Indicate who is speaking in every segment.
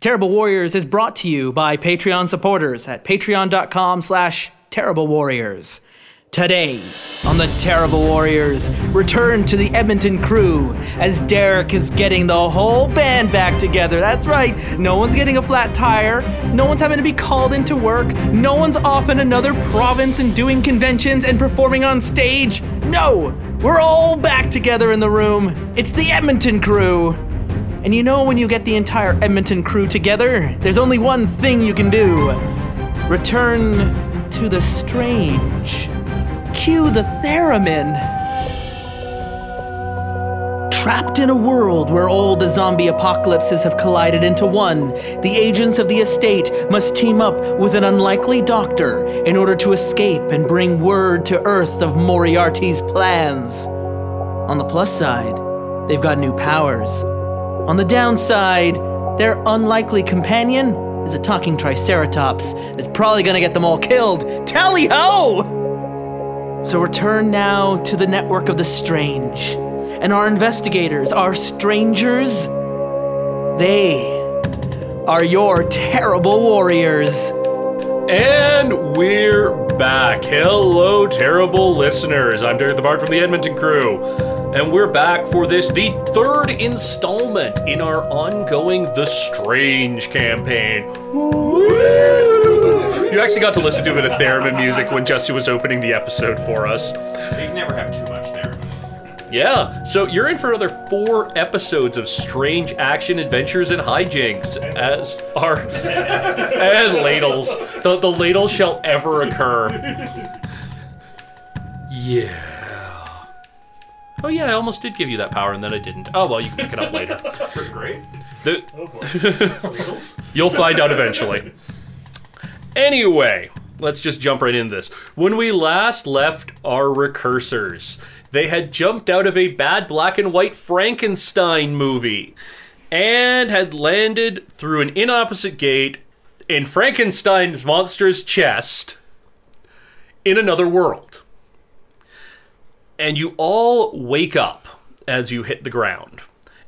Speaker 1: Terrible Warriors is brought to you by Patreon supporters at patreon.com slash terrible warriors. Today on the Terrible Warriors, return to the Edmonton crew as Derek is getting the whole band back together. That's right, no one's getting a flat tire, no one's having to be called into work, no one's off in another province and doing conventions and performing on stage. No, we're all back together in the room. It's the Edmonton crew. And you know when you get the entire Edmonton crew together, there's only one thing you can do return to the strange. Cue the theremin. Trapped in a world where all the zombie apocalypses have collided into one, the agents of the estate must team up with an unlikely doctor in order to escape and bring word to Earth of Moriarty's plans. On the plus side, they've got new powers. On the downside, their unlikely companion is a talking triceratops that's probably gonna get them all killed. Tally ho! So return now to the network of the strange. And our investigators, our strangers, they are your terrible warriors.
Speaker 2: And we're back. Hello, terrible listeners. I'm Derek the Bard from the Edmonton crew. And we're back for this, the third installment in our ongoing The Strange campaign. Woo! You actually got to listen to a bit of theremin music when Jesse was opening the episode for us.
Speaker 3: You can never have too much there.
Speaker 2: Yeah, so you're in for another four episodes of strange action adventures and hijinks, as are and ladles. The the ladle shall ever occur. Yeah. Oh yeah, I almost did give you that power, and then I didn't. Oh well, you can pick it up later.
Speaker 3: Pretty great.
Speaker 2: The- You'll find out eventually. Anyway, let's just jump right into this. When we last left our recursors, they had jumped out of a bad black and white Frankenstein movie and had landed through an inopposite gate in Frankenstein's monster's chest in another world. And you all wake up as you hit the ground.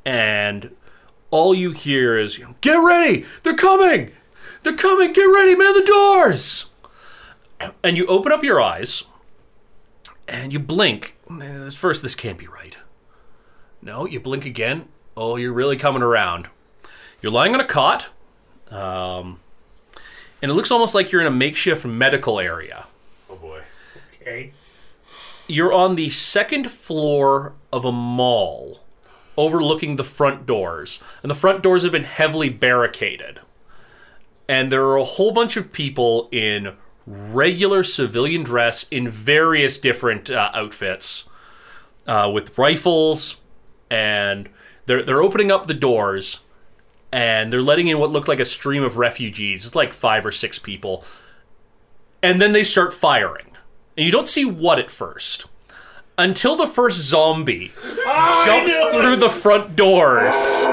Speaker 2: And all you hear is, Get ready! They're coming! They're coming! Get ready, man! The doors! And you open up your eyes and you blink. Man, this- First, this can't be right. No, you blink again. Oh, you're really coming around. You're lying on a cot, um, and it looks almost like you're in a makeshift medical area.
Speaker 3: Oh boy. Okay.
Speaker 2: You're on the second floor of a mall overlooking the front doors. And the front doors have been heavily barricaded. And there are a whole bunch of people in regular civilian dress in various different uh, outfits uh, with rifles. And they're, they're opening up the doors and they're letting in what looked like a stream of refugees. It's like five or six people. And then they start firing. And you don't see what at first. Until the first zombie jumps through the front doors.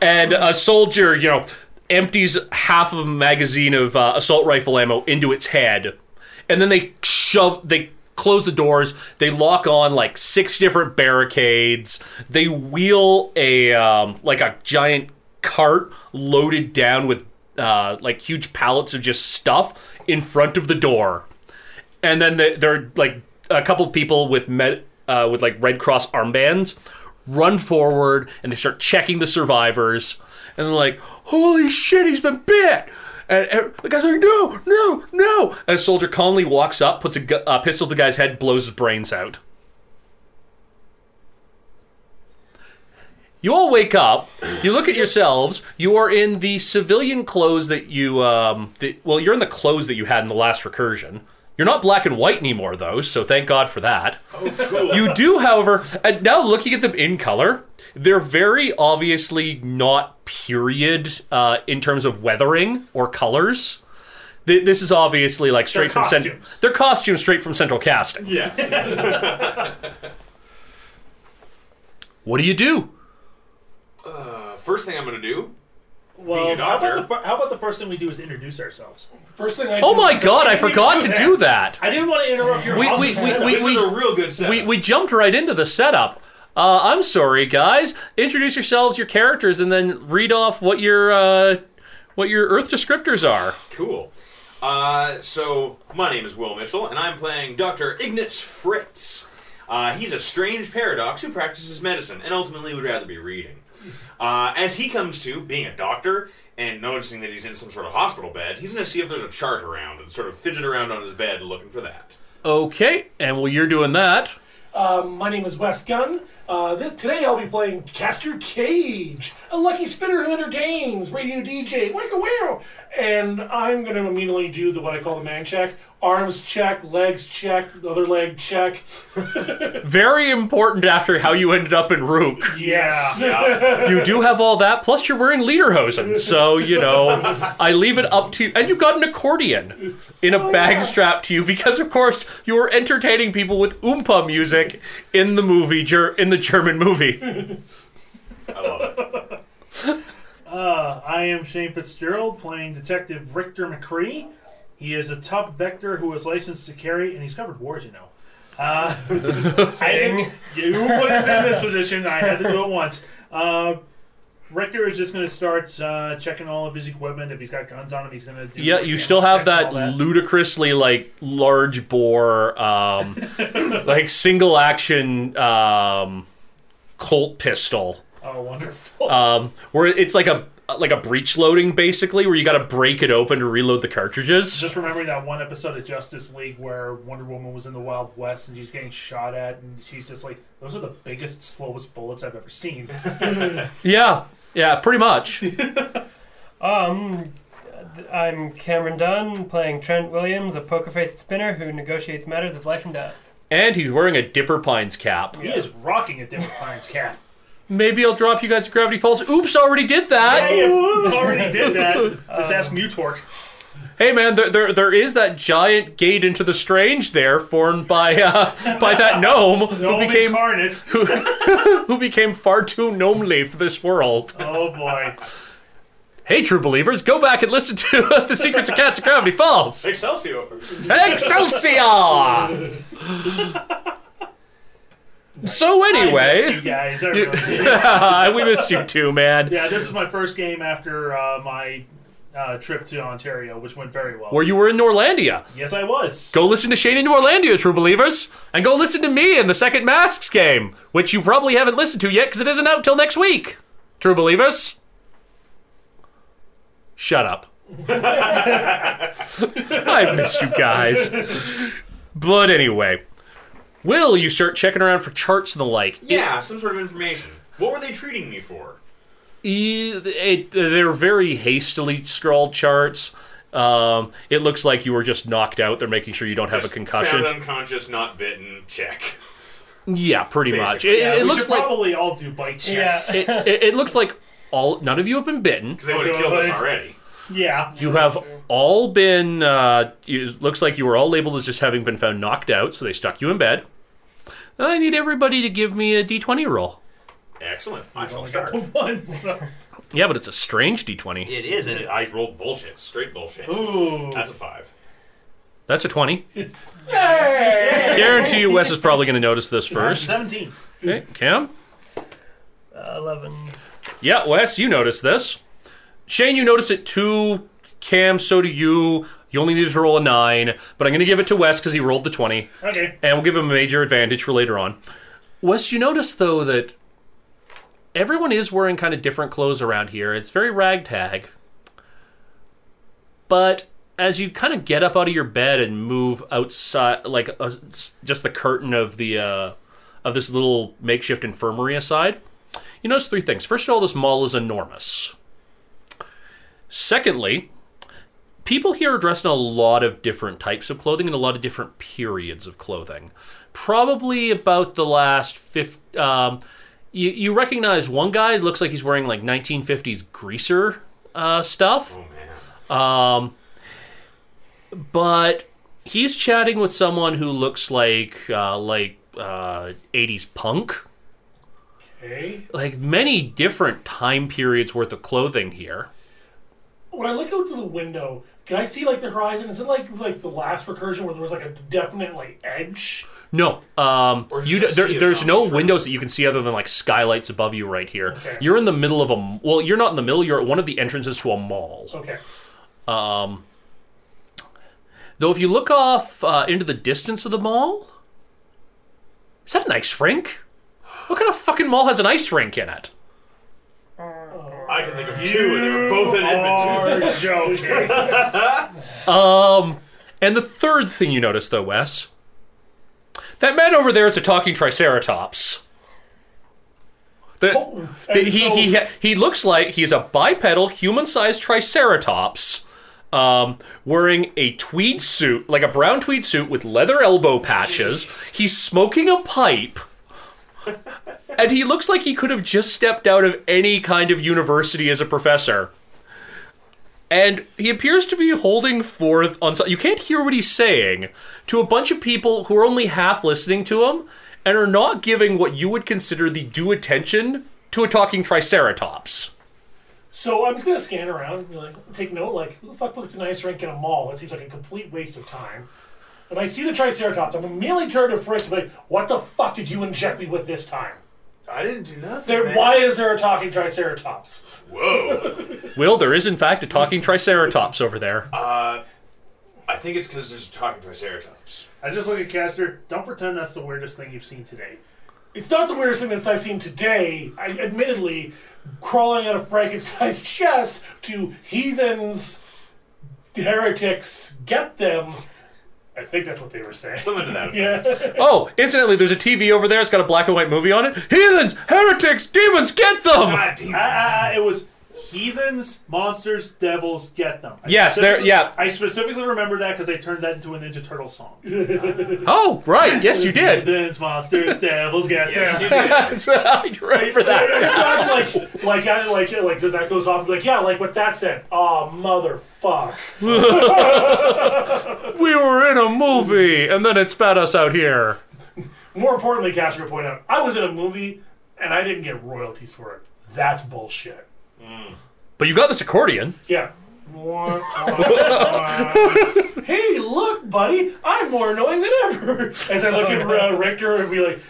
Speaker 2: And a soldier, you know, empties half of a magazine of uh, assault rifle ammo into its head. And then they shove, they close the doors. They lock on like six different barricades. They wheel a, um, like a giant cart loaded down with, uh, like huge pallets of just stuff in front of the door and then they, they're like a couple people with med, uh, with like Red Cross armbands run forward and they start checking the survivors, and they're like, "Holy shit, he's been bit!" And, and the guy's like, "No, no, no!" And a soldier calmly walks up, puts a gu- uh, pistol to the guy's head, blows his brains out. You all wake up. You look at yourselves. You are in the civilian clothes that you, um, that, well, you're in the clothes that you had in the last recursion. You're not black and white anymore, though, so thank God for that. You do, however, and now looking at them in color, they're very obviously not period uh, in terms of weathering or colors. Th- This is obviously like straight from cent-
Speaker 3: costumes.
Speaker 2: They're costumes straight from Central Casting.
Speaker 3: Yeah.
Speaker 2: What do you do?
Speaker 3: First thing I'm gonna do.
Speaker 4: Well,
Speaker 3: Being a
Speaker 4: how about,
Speaker 3: doctor.
Speaker 4: the, fir- how about the first thing we do is introduce ourselves?
Speaker 5: First thing I
Speaker 2: Oh
Speaker 5: do-
Speaker 2: my God! I forgot to do that.
Speaker 4: I didn't want to interrupt your.
Speaker 2: We-
Speaker 4: awesome
Speaker 2: we-
Speaker 4: setup.
Speaker 2: we-
Speaker 3: This is a real good set.
Speaker 2: we, we jumped right into the setup. Uh, I'm sorry, guys. Introduce yourselves, your characters, and then read off what your uh, what your Earth descriptors are.
Speaker 3: Cool. Uh, so, my name is Will Mitchell, and I'm playing Dr. Ignatz Fritz. Uh, he's a strange paradox who practices medicine and ultimately would rather be reading. Uh, as he comes to, being a doctor and noticing that he's in some sort of hospital bed, he's going to see if there's a chart around and sort of fidget around on his bed looking for that.
Speaker 2: Okay, and while you're doing that,
Speaker 4: Um, my name is Wes Gunn. Uh, th- today I'll be playing Caster Cage, a lucky spinner who entertains, radio DJ, wake a wow! And I'm going to immediately do the what I call the man check: arms check, legs check, other leg check.
Speaker 2: very important after how you ended up in Rook.
Speaker 4: Yes.
Speaker 2: You do have all that, plus you're wearing lederhosen, so you know I leave it up to and you've got an accordion in a bag strapped to you because of course you were entertaining people with oompa music in the movie ger- in the German movie.
Speaker 3: I love it.
Speaker 5: Uh, I am Shane Fitzgerald, playing Detective Richter McCree. He is a top vector who is licensed to carry, and he's covered wars, you know. Uh, I didn't, you put us in this position. I had to do it once. Uh, Richter is just going to start uh, checking all of his equipment. If he's got guns on him, he's going to. do
Speaker 2: Yeah,
Speaker 5: like,
Speaker 2: you
Speaker 5: ammo
Speaker 2: still have
Speaker 5: checks and
Speaker 2: that,
Speaker 5: all
Speaker 2: ludicrously like large bore um like single action um Colt pistol.
Speaker 5: Oh, wonderful!
Speaker 2: um, where it's like a like a breech loading basically, where you got to break it open to reload the cartridges.
Speaker 5: just remembering that one episode of Justice League where Wonder Woman was in the Wild West and she's getting shot at, and she's just like, "Those are the biggest, slowest bullets I've ever seen."
Speaker 2: Yeah, yeah, pretty much.
Speaker 6: Um, I'm Cameron Dunn, playing Trent Williams, a poker-faced spinner who negotiates matters of life and death.
Speaker 2: and he's wearing a Dipper Pines cap.
Speaker 5: He is rocking a Denver Pines cap.
Speaker 2: Maybe I'll drop you guys to Gravity Falls. Oops, already did that.
Speaker 5: Hey, I already did that. Just ask Mutork.
Speaker 2: Hey man, there, there there is that giant gate into the strange there formed by uh, by that gnome who
Speaker 5: Gnome
Speaker 2: became
Speaker 5: incarnate.
Speaker 2: who became far too gnomely for this world.
Speaker 5: Oh boy.
Speaker 2: Hey, true believers, go back and listen to the Secrets of Cats of Gravity Falls.
Speaker 3: Excelsior!
Speaker 2: Excelsior! so
Speaker 5: I missed
Speaker 2: anyway,
Speaker 5: you guys. I really did.
Speaker 2: we missed you too, man.
Speaker 5: Yeah, this is my first game after uh, my uh, trip to Ontario, which went very well.
Speaker 2: Where you were in Norlandia.
Speaker 5: yes, I was.
Speaker 2: Go listen to Shane in Norlandia, true believers, and go listen to me in the second Masks game, which you probably haven't listened to yet because it isn't out till next week. True believers, shut up. I missed you guys. But anyway, Will, you start checking around for charts and the like.
Speaker 3: Yeah, some sort of information. What were they treating me for?
Speaker 2: E- it, they're very hastily scrawled charts. Um, it looks like you were just knocked out. They're making sure you don't have a
Speaker 3: Just
Speaker 2: concussion.
Speaker 3: Found unconscious, not bitten, check.
Speaker 2: yeah, pretty much. It,
Speaker 3: Basically,
Speaker 5: Yeah,
Speaker 2: it
Speaker 5: we
Speaker 2: looks
Speaker 5: should
Speaker 2: like
Speaker 5: probably all do bite checks.
Speaker 6: Yeah.
Speaker 2: it, it, it looks like all none of you have been bitten.
Speaker 3: Because
Speaker 5: Oh,
Speaker 3: they would have killed us already.
Speaker 5: Yeah.
Speaker 2: You have all been. Uh, you, it looks like you were all labeled as just having been found knocked out, so they stuck you in bed. I need everybody to give me a d20 roll.
Speaker 3: Excellent. I shall
Speaker 5: Only got
Speaker 3: start.
Speaker 5: the one. so-
Speaker 2: Yeah, but it's a strange d20.
Speaker 3: It is, and it, I rolled bullshit, straight bullshit.
Speaker 5: Ooh.
Speaker 3: That's a five.
Speaker 2: That's a 20. Guarantee you, Wes is probably going to notice this first.
Speaker 5: Seventeen.
Speaker 2: Okay, Cam.
Speaker 6: Uh, Eleven.
Speaker 2: Yeah, Wes, you noticed this. Shane, you noticed it too. Cam, so do you. You only needed to roll a nine, but I'm going to give it to Wes because he rolled the 20,
Speaker 5: Okay.
Speaker 2: and we'll give him a major advantage for later on. Wes, you noticed, though, that everyone is wearing kind of different clothes around here. It's very ragtag. But as you kind of get up out of your bed and move outside, like uh, s- just the curtain of the uh, of this little makeshift infirmary aside, you notice three things. First of all, this mall is enormous. Secondly, people here are dressed in a lot of different types of clothing and a lot of different periods of clothing. Probably about the last fifth. Um, you, you recognize one guy looks like he's wearing like 1950s greaser uh, stuff.
Speaker 3: Oh, man.
Speaker 2: Um, but he's chatting with someone who looks like uh, like uh, 80s punk.
Speaker 5: Okay.
Speaker 2: Like many different time periods worth of clothing here.
Speaker 4: when I look out through the window, can I see like the horizon? Is it like like the last recursion where there was like a definite like edge?
Speaker 2: No, um,
Speaker 3: Or is it
Speaker 2: you d-
Speaker 3: just
Speaker 2: there,
Speaker 3: sea of
Speaker 2: there's no
Speaker 3: zombies for
Speaker 2: windows that you can see other than like skylights above you right here.
Speaker 4: Okay.
Speaker 2: You're in the middle of a m- well, you're not in the middle. You're at one of the entrances to a mall.
Speaker 3: Oh.
Speaker 4: Okay.
Speaker 2: Though if you look off uh, into the distance of the mall, is that an ice rink? What kind of fucking mall has an ice rink in it?
Speaker 3: I can think of two, and they're both in Edmonton.
Speaker 5: Are joking.
Speaker 2: And the third thing you notice, though, Wes, that man over there is a talking triceratops. The-
Speaker 4: Oh,
Speaker 2: the-
Speaker 4: and
Speaker 2: he,
Speaker 4: so-
Speaker 2: he, he looks like he's a bipedal, human sized triceratops um, wearing a tweed suit, like a brown tweed suit with leather elbow patches. He's smoking a pipe. And he looks like he could have just stepped out of any kind of university as a professor. And he appears to be holding forth on something. You can't hear what he's saying to a bunch of people who are only half listening to him and are not giving what you would consider the due attention to a talking triceratops.
Speaker 4: So I'm just gonna scan around, and be like take note, like who the fuck puts an ice rink in a mall? That seems like a complete waste of time. And I see the Triceratops. I'm immediately turned to Fritz, and be like, "What the fuck did you inject me with this time?
Speaker 3: I didn't do nothing.
Speaker 4: There,
Speaker 3: man.
Speaker 4: why is there a talking Triceratops?
Speaker 3: Whoa.
Speaker 2: Will, there is in fact a talking triceratops over there.
Speaker 3: I think it's because there's a talking triceratops.
Speaker 5: I just look at Caster. Don't pretend that's the weirdest thing you've seen today.
Speaker 4: It's not the weirdest thing that I've seen today. I, admittedly, crawling out of Frankenstein's chest to heathens, heretics, get them. I think that's what they were saying.
Speaker 3: Something to that effect.
Speaker 4: Yeah.
Speaker 2: Oh, incidentally, there's a TV over there. It's got a black and white movie on it. Heathens, heretics, demons, get them!
Speaker 3: God damn it.
Speaker 5: Ah, ah, ah, it was heathens, monsters, devils, get them. I
Speaker 2: Yes, there-
Speaker 5: specifically-
Speaker 2: yeah.
Speaker 5: I specifically remember that because I turned that into a Ninja Turtle song.
Speaker 2: Oh, right. Yes, you did.
Speaker 5: Heathens, monsters, devils, get
Speaker 3: Yes, you
Speaker 5: them.
Speaker 3: did.
Speaker 2: I remember that.
Speaker 4: so actually, like, like, I, like, yeah, like that goes off. Like, yeah, like what that said. Oh, motherfuck.
Speaker 2: We were in a movie, and then it spat us out here.
Speaker 4: More importantly, Castro point out, I was in a movie and I didn't get royalties for it. That's bullshit.
Speaker 2: But you got this accordion.
Speaker 4: Yeah. Wah, wah, wah. hey, look, buddy, I'm more annoying than ever. As I look at uh, Richter and be like,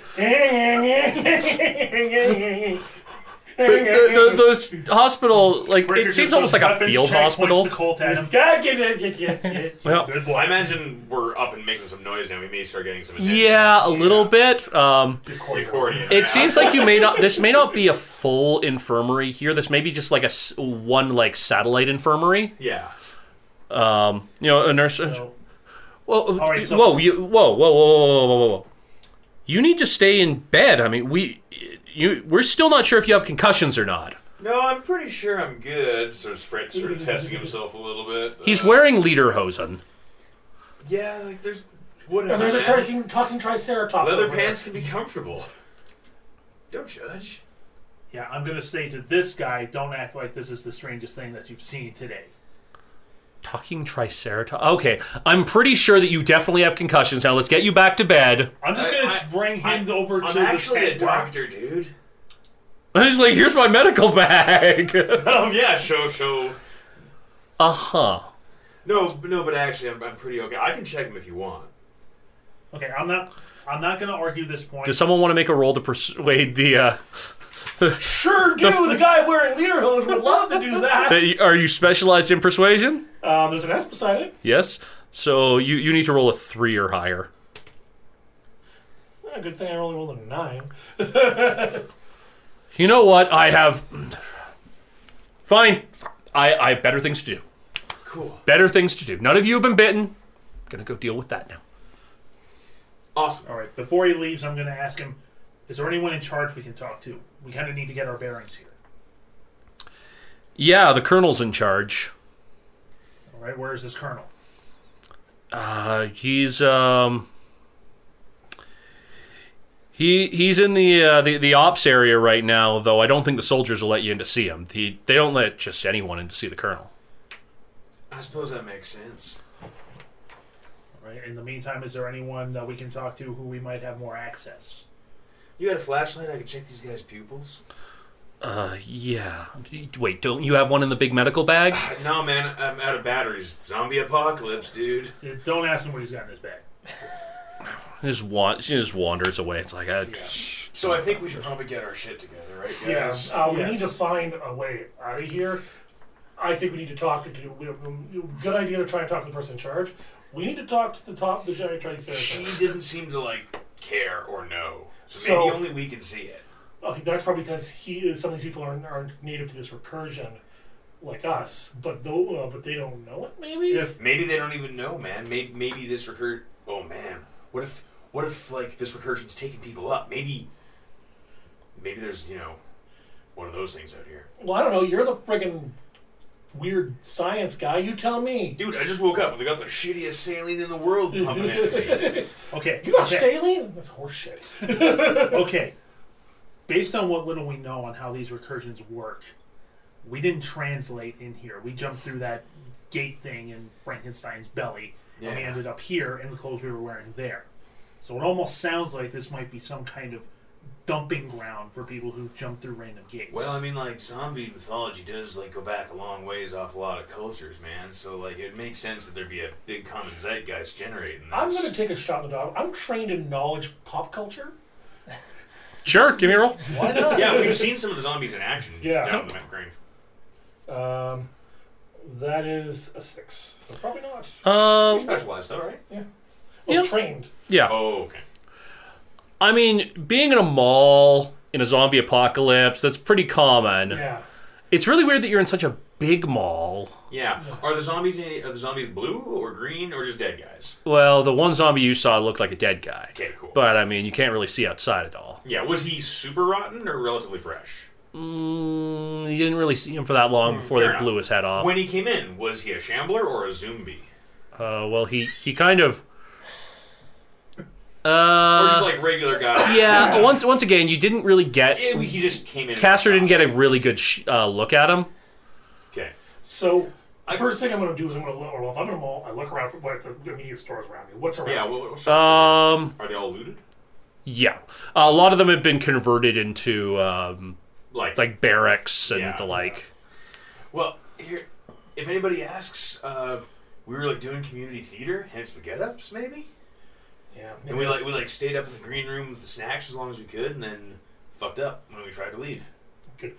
Speaker 2: the, the, the hospital, like
Speaker 5: Ricker
Speaker 2: it seems
Speaker 5: just
Speaker 2: almost like
Speaker 5: goes,
Speaker 2: a
Speaker 5: "Weapons
Speaker 2: field
Speaker 5: check," points
Speaker 2: hospital.
Speaker 5: To Colt at him.
Speaker 2: Well,
Speaker 5: Good
Speaker 3: I
Speaker 5: boy.
Speaker 3: imagine we're up and making some noise now. We may start getting some attention.
Speaker 2: yeah, a little bit. Um,
Speaker 3: The accordion.
Speaker 2: it seems like you may not. This may not be a full infirmary here. This may be just like a s- one like satellite infirmary.
Speaker 3: Yeah.
Speaker 2: Um, you know, a nurse.
Speaker 5: So,
Speaker 2: Well,
Speaker 5: All right, so-
Speaker 2: whoa, you, whoa, whoa, whoa, whoa, whoa, whoa, whoa. You need to stay in bed. I mean, we, you, we're still not sure if you have concussions or not.
Speaker 3: No, I'm pretty sure I'm good. So is Fritz sort of testing himself a little bit.
Speaker 2: He's
Speaker 3: Uh,
Speaker 2: wearing lederhosen.
Speaker 3: Yeah, like
Speaker 2: Oh,
Speaker 3: there's whatever.
Speaker 4: And there's a
Speaker 3: man.
Speaker 4: talking, talking triceratops.
Speaker 3: Leather
Speaker 4: over there.
Speaker 3: pants can be comfortable. Don't judge.
Speaker 5: yeah, I'm gonna say to this guy, don't act like this is the strangest thing that you've seen today.
Speaker 2: Talking triceratops. Okay, I'm pretty sure that you definitely have concussions. Now let's get you back to bed.
Speaker 5: I'm just
Speaker 3: I-
Speaker 5: gonna
Speaker 3: I-
Speaker 5: bring him over
Speaker 3: I'm
Speaker 5: to
Speaker 3: actually
Speaker 5: the
Speaker 3: a doctor, dude.
Speaker 2: He's like, here's my medical bag.
Speaker 3: Um, yeah, show, show.
Speaker 2: uh huh.
Speaker 3: No, no, but actually, I'm, I'm pretty okay. I can check him if you want.
Speaker 5: Okay, I'm not. I'm not gonna argue this point.
Speaker 2: Does someone want to make a roll to persuade the? Uh,
Speaker 4: Sure do. The, guy wearing lederhosen would love to do that.
Speaker 2: that are you specialized in persuasion?
Speaker 4: Um, there's an S beside it.
Speaker 2: Yes. So you you need to roll a three or higher.
Speaker 4: Ah, Good thing I only rolled a nine.
Speaker 2: You know what? I have. Fine. I I have better things to do.
Speaker 3: Cool.
Speaker 2: Better things to do. None of you have been bitten. Gonna go deal with that now.
Speaker 3: Awesome.
Speaker 5: All right. Before he leaves, I'm gonna ask him. Is there anyone in charge we can talk to? We kind of need to get our bearings here.
Speaker 2: Yeah, the colonel's in charge.
Speaker 5: All right. Where is this colonel?
Speaker 2: Uh, he's um he he's in the, uh, the the ops area right now, though I don't think the soldiers will let you in to see him. He they don't let just anyone in to see the colonel.
Speaker 3: I suppose that makes sense.
Speaker 5: All right. In the meantime, is there anyone that we can talk to who we might have more access?
Speaker 3: You had a flashlight? I could check these guys' pupils.
Speaker 2: Uh, yeah. Wait, don't you have one in the big medical bag?
Speaker 3: Uh, No, man, I'm out of batteries. Zombie apocalypse, dude.
Speaker 5: Yeah, Don't ask him what he's got in his bag.
Speaker 2: She just wa- she just wanders away. It's like, uh, I,
Speaker 3: So I think we should probably get our shit together, right,
Speaker 4: Yeah,
Speaker 3: guys?
Speaker 4: uh, we
Speaker 5: Um, Yes.
Speaker 4: need to find a way out of here. I think we need to talk to. We have, um, good idea to try and talk to the person in charge. We need to talk to the top, the giant Chinese
Speaker 3: She
Speaker 4: therapist.
Speaker 3: didn't seem to like care or know. So,
Speaker 4: So-
Speaker 3: maybe only we can see it.
Speaker 4: Okay, that's probably because he. Some of these people aren't, aren't native to this recursion, like us. But though, uh, but they don't know it. Maybe.
Speaker 5: If
Speaker 3: Maybe they don't even know, man. Maybe maybe this recur. Oh man, what if what if like this recursion's taking people up? Maybe maybe there's you know one of those things out here.
Speaker 4: Well, I don't know. You're the friggin' weird science guy. You tell me.
Speaker 3: Dude, I just woke up and they got the shittiest saline in the world pumping in me.
Speaker 5: Okay.
Speaker 4: You got
Speaker 5: okay.
Speaker 4: saline? That's horseshit.
Speaker 5: okay. Based on what little we know on how these recursions work, we didn't translate in here. We jumped through that gate thing in Frankenstein's belly, and we
Speaker 3: Yeah.
Speaker 5: ended up here in the clothes we were wearing there. So it almost sounds like this might be some kind of dumping ground for people who jump through random gates.
Speaker 3: Well, I mean, like zombie mythology does like go back a long ways off a lot of cultures, man. So like it makes sense that there'd be a big common zeitgeist generating this.
Speaker 4: I'm gonna take a shot in the dog. I'm trained in knowledge, pop culture.
Speaker 2: sure, give me a roll.
Speaker 4: Why not?
Speaker 3: yeah, we've seen some of the zombies in action
Speaker 4: Yeah.
Speaker 3: down in the Mount Grave.
Speaker 4: Um, that is a six. So probably not.
Speaker 3: You
Speaker 2: Um,
Speaker 3: specialized, though, right?
Speaker 4: Yeah. Was trained.
Speaker 2: yeah.
Speaker 3: Oh, okay.
Speaker 2: I mean, being in a mall in a zombie apocalypse, that's pretty common.
Speaker 4: Yeah.
Speaker 2: It's really weird that you're in such a big mall.
Speaker 3: Yeah. Are the zombies any, are the zombies blue or green or just dead guys?
Speaker 2: Well, the one zombie you saw looked like a dead guy.
Speaker 3: Okay, cool.
Speaker 2: But I mean, you can't really see outside at all.
Speaker 3: yeah, was he super rotten or relatively fresh?
Speaker 2: Mm, you didn't really see him for that long before they
Speaker 3: Mm, fair enough.
Speaker 2: blew his head off.
Speaker 3: When he came in, was he a shambler or a zombie?
Speaker 2: Uh, well, he he kind of.
Speaker 3: Or just
Speaker 2: Uh,
Speaker 3: like regular guy?
Speaker 2: yeah. uh, Once once again, you didn't really get.
Speaker 3: Yeah, he just came in.
Speaker 2: Caster didn't get a really good sh- uh, look at him.
Speaker 3: Okay.
Speaker 4: So first thing I'm gonna do is I'm gonna look. Well, if I'm in a mall, I look around for what the immediate stores around me. What's around?
Speaker 3: Yeah.
Speaker 4: me?
Speaker 3: What, what shops are
Speaker 2: Um,
Speaker 3: they in? are they all looted?
Speaker 2: yeah, a lot of them have been converted into um,
Speaker 3: Like,
Speaker 2: like barracks and
Speaker 3: Yeah.
Speaker 2: the like.
Speaker 3: well, here, if anybody asks, uh, we were like doing community theater, hence the get-ups, maybe.
Speaker 4: yeah.
Speaker 3: And we like we like stayed up in the green room with the snacks as long as we could, and then fucked up when we tried to leave.
Speaker 4: Good.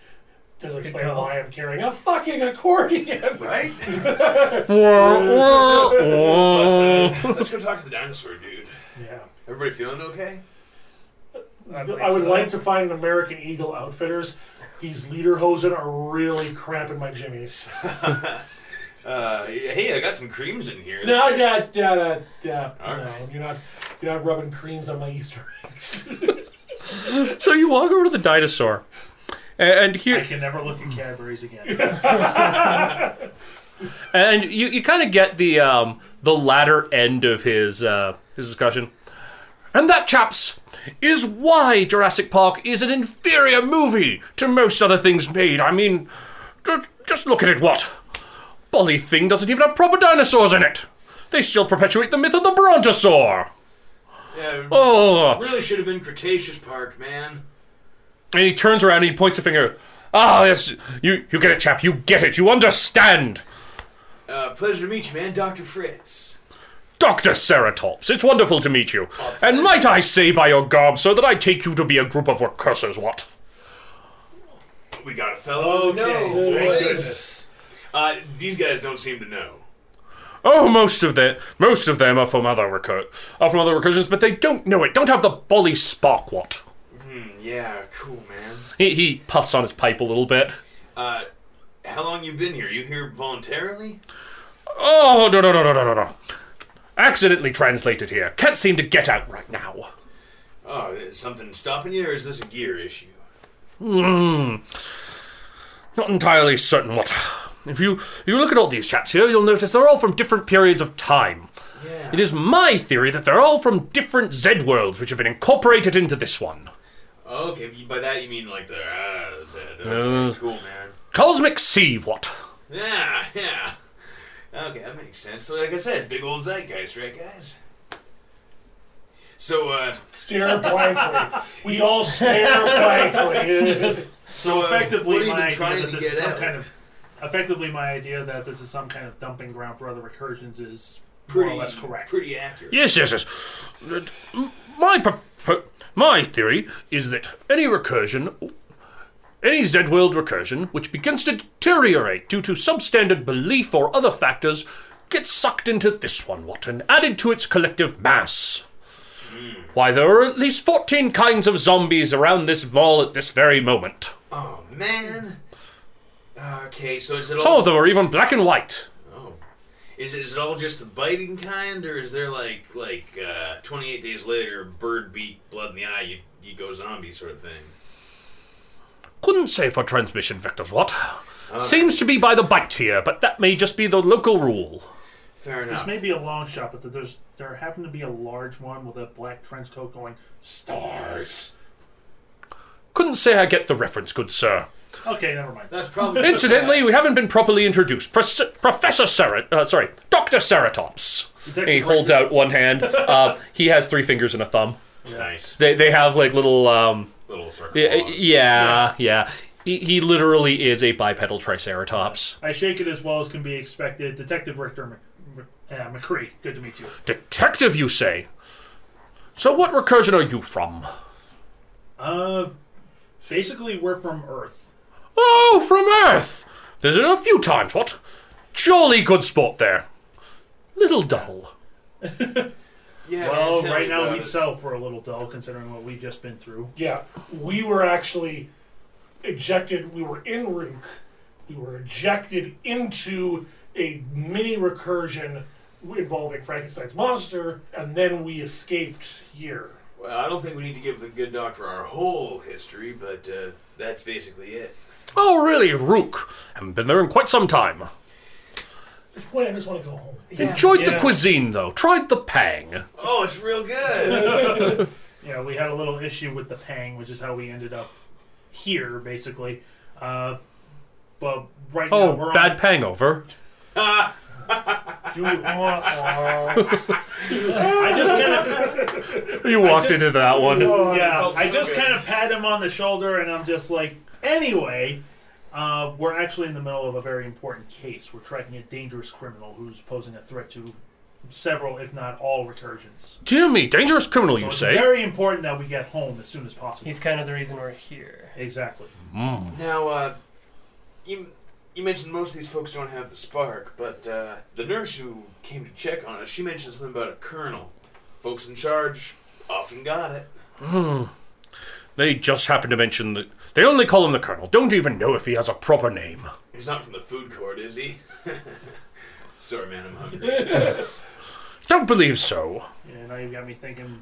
Speaker 4: Does it explain why I'm carrying a fucking accordion.
Speaker 3: Right? But,
Speaker 2: Wah, wah,
Speaker 3: uh, let's go talk to the dinosaur dude.
Speaker 4: Yeah.
Speaker 3: Everybody feeling okay?
Speaker 4: I,
Speaker 6: believe
Speaker 4: would
Speaker 6: so.
Speaker 4: like to find an American Eagle Outfitters. These leader hosen are really cramping my jimmies.
Speaker 3: Uh, yeah, hey, I got some creams in here.
Speaker 4: No, yeah, yeah, yeah, yeah.
Speaker 3: All
Speaker 4: no,
Speaker 3: right.
Speaker 4: you're not, you're not rubbing creams on my Easter eggs.
Speaker 2: wah. so you walk over to the dinosaur, and, and
Speaker 5: I
Speaker 2: here
Speaker 5: can never look at Cadbury's again.
Speaker 2: and you, you kind of get the um, the latter end of his uh, his discussion. And that, chaps, is why Jurassic Park is an inferior movie to most other things made. I mean, ju- just look at it. What Bolly thing doesn't even have proper dinosaurs in it. They still perpetuate the myth of the Brontosaur.
Speaker 3: Yeah,
Speaker 2: Oh,
Speaker 3: really should have been Cretaceous Park, man.
Speaker 2: and he turns around and he points a finger. Ah, yes, you you get it, chap. You get it. You understand.
Speaker 3: Uh, pleasure to meet you, man, Doctor Fritz.
Speaker 2: Dr. Ceratops, it's wonderful to meet you. And might I say by your garb, so that I take you to be a group of recursors, what?
Speaker 3: We got a fellow.
Speaker 5: Okay,
Speaker 3: Oh, no,
Speaker 5: thank
Speaker 3: boys.
Speaker 5: goodness.
Speaker 3: Uh, these guys don't seem to know.
Speaker 2: Oh, most of them, most of them are from other recur, are from other recursions, but they don't know it. Don't have the bolly spark, what?
Speaker 3: Yeah, cool, man.
Speaker 2: He, he puffs on his pipe a little bit.
Speaker 3: Uh, how long you been here? You here voluntarily?
Speaker 2: Oh no no no no no no no! Accidentally translated here. Can't seem to get out right now.
Speaker 3: Oh, is something stopping you, or is this a gear issue?
Speaker 2: Not entirely certain what. If you you look at all these chaps here, you'll notice they're all from different periods of time.
Speaker 3: Yeah.
Speaker 2: It is my theory that they're all from different Z worlds which have been incorporated into this one.
Speaker 3: Okay, but you- by that you mean like the uh, is it-
Speaker 2: Uh.
Speaker 3: okay, cool, man.
Speaker 2: Cosmic Sieve, what?
Speaker 3: Yeah, yeah. Okay, that makes sense. So, like I said, big old zeitgeist, right, guys? uh, So, uh,
Speaker 4: Stare blankly. We all stare blankly.
Speaker 5: So
Speaker 3: uh,
Speaker 5: effectively,
Speaker 7: what are you
Speaker 5: my
Speaker 7: been
Speaker 5: idea
Speaker 7: trying
Speaker 5: that
Speaker 7: to
Speaker 5: this is
Speaker 7: get
Speaker 5: some
Speaker 7: at?
Speaker 5: kind of effectively my idea that this is some kind of dumping ground for other recursions is
Speaker 3: Pretty,
Speaker 5: more or less correct.
Speaker 3: Pretty accurate.
Speaker 2: Yes, yes, yes. Uh, m- My pro- pro- my theory is that any recursion, any Z-world recursion, which begins to deteriorate due to substandard belief or other factors, gets sucked into this one, Watson, added to its collective mass. Why, there are at least 14 kinds of zombies around this mall at this very moment.
Speaker 7: Oh man.
Speaker 3: Okay, so is it
Speaker 2: Some
Speaker 3: all
Speaker 2: of them are even black and white.
Speaker 3: Oh. Is it, is it all just the biting kind, or is there like like uh, 28 days later, bird beak, blood in the eye, you, you go zombie sort of thing?
Speaker 2: Couldn't say for transmission vectors, what? Seems to be by the bite here, but that may just be the local rule.
Speaker 3: Fair
Speaker 5: This
Speaker 3: enough.
Speaker 5: may be a long shot, but there's there happened to be a large one with a black trench coat going stars.
Speaker 2: Couldn't say I get the reference, good sir.
Speaker 5: Okay, never mind.
Speaker 3: That's probably
Speaker 2: Incidentally, we haven't been properly introduced. Pres- Professor Cerat, uh, sorry, Doctor Ceratops. He
Speaker 5: Detective
Speaker 2: holds out one hand. Uh, he has three fingers and a thumb.
Speaker 3: nice
Speaker 2: They they have like little um
Speaker 3: little circle.
Speaker 2: yeah
Speaker 3: arms.
Speaker 2: yeah. yeah. He, he literally is a bipedal Triceratops.
Speaker 5: I shake it as well as can be expected. Detective Richter Mc, Mc, uh, McCree, good to meet you.
Speaker 2: Detective, you say? So what recursion are you from?
Speaker 5: Uh, basically, we're from Earth.
Speaker 2: Oh, from Earth. Visited a few times. What? Jolly good sport there. Little dull.
Speaker 3: yeah man,
Speaker 5: Well,
Speaker 3: tell
Speaker 5: Oh, right
Speaker 3: me
Speaker 5: now
Speaker 3: about
Speaker 5: we
Speaker 3: it.
Speaker 5: self we're a little dull considering what we've just been through.
Speaker 4: Yeah, we were actually ejected. We were in Rook. We were ejected into a mini recursion involving Frankenstein's monster, and then we escaped here.
Speaker 3: Well, I don't think we need to give the good doctor our whole history, but uh, that's basically it.
Speaker 2: Oh, really, Rook? Haven't been there in quite some time.
Speaker 4: At this point, I just want to go home.
Speaker 2: Enjoyed the
Speaker 6: Yeah.
Speaker 2: cuisine, though. Tried the pang.
Speaker 3: Oh, it's real good.
Speaker 5: Yeah, we had a little issue with the pang, which is how we ended up here, basically. Uh, but right now
Speaker 2: Oh,
Speaker 5: we're
Speaker 2: bad
Speaker 5: on.
Speaker 2: pang over.
Speaker 6: You- wah, wah.
Speaker 5: I just kind of
Speaker 2: You walked
Speaker 5: just-
Speaker 2: into that one.
Speaker 5: yeah,
Speaker 3: felt so
Speaker 5: I just
Speaker 3: good.
Speaker 5: kind of pat him on the shoulder, and I'm just like, anyway. Uh, we're actually in the middle of a very important case. We're tracking a dangerous criminal who's posing a threat to several, if not all, recursions.
Speaker 2: Dear me, dangerous criminal,
Speaker 5: So
Speaker 2: you
Speaker 5: it's
Speaker 2: say?
Speaker 5: very important that we get home as soon as possible.
Speaker 6: He's kind of the reason we're here.
Speaker 5: exactly.
Speaker 7: Now, uh, you you mentioned most of these folks don't have the spark, but uh,
Speaker 3: the nurse who came to check on us, she mentioned something about a colonel. Folks in charge often got it.
Speaker 2: They just happened to mention that they only call him the Colonel. Don't even know if he has a proper name.
Speaker 3: He's not from the food court, is he? Sorry, man, I'm hungry.
Speaker 2: Don't believe so.
Speaker 5: Yeah, now you've got me thinking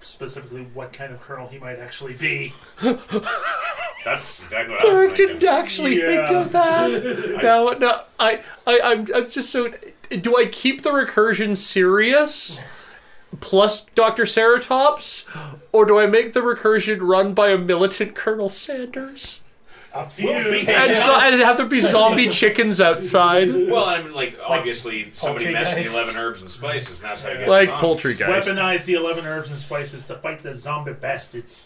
Speaker 5: specifically what kind of colonel he might actually be.
Speaker 3: That's exactly what I was thinking.
Speaker 2: actually
Speaker 5: think of
Speaker 2: that. no, no, I, I, I'm, I'm just so. Do I keep the recursion serious, plus Doctor Ceratops, or do I make the recursion run by a militant Colonel Sanders?
Speaker 4: Up to you.
Speaker 2: And, so, and have there be zombie chickens outside,
Speaker 3: Well, I mean, like, obviously, somebody messed with the 11
Speaker 6: poltergeist.
Speaker 3: herbs and spices, and that's how you get
Speaker 2: like
Speaker 3: zombies.
Speaker 2: poultry guys?
Speaker 5: Weaponize the 11 herbs and spices to fight the zombie bastards.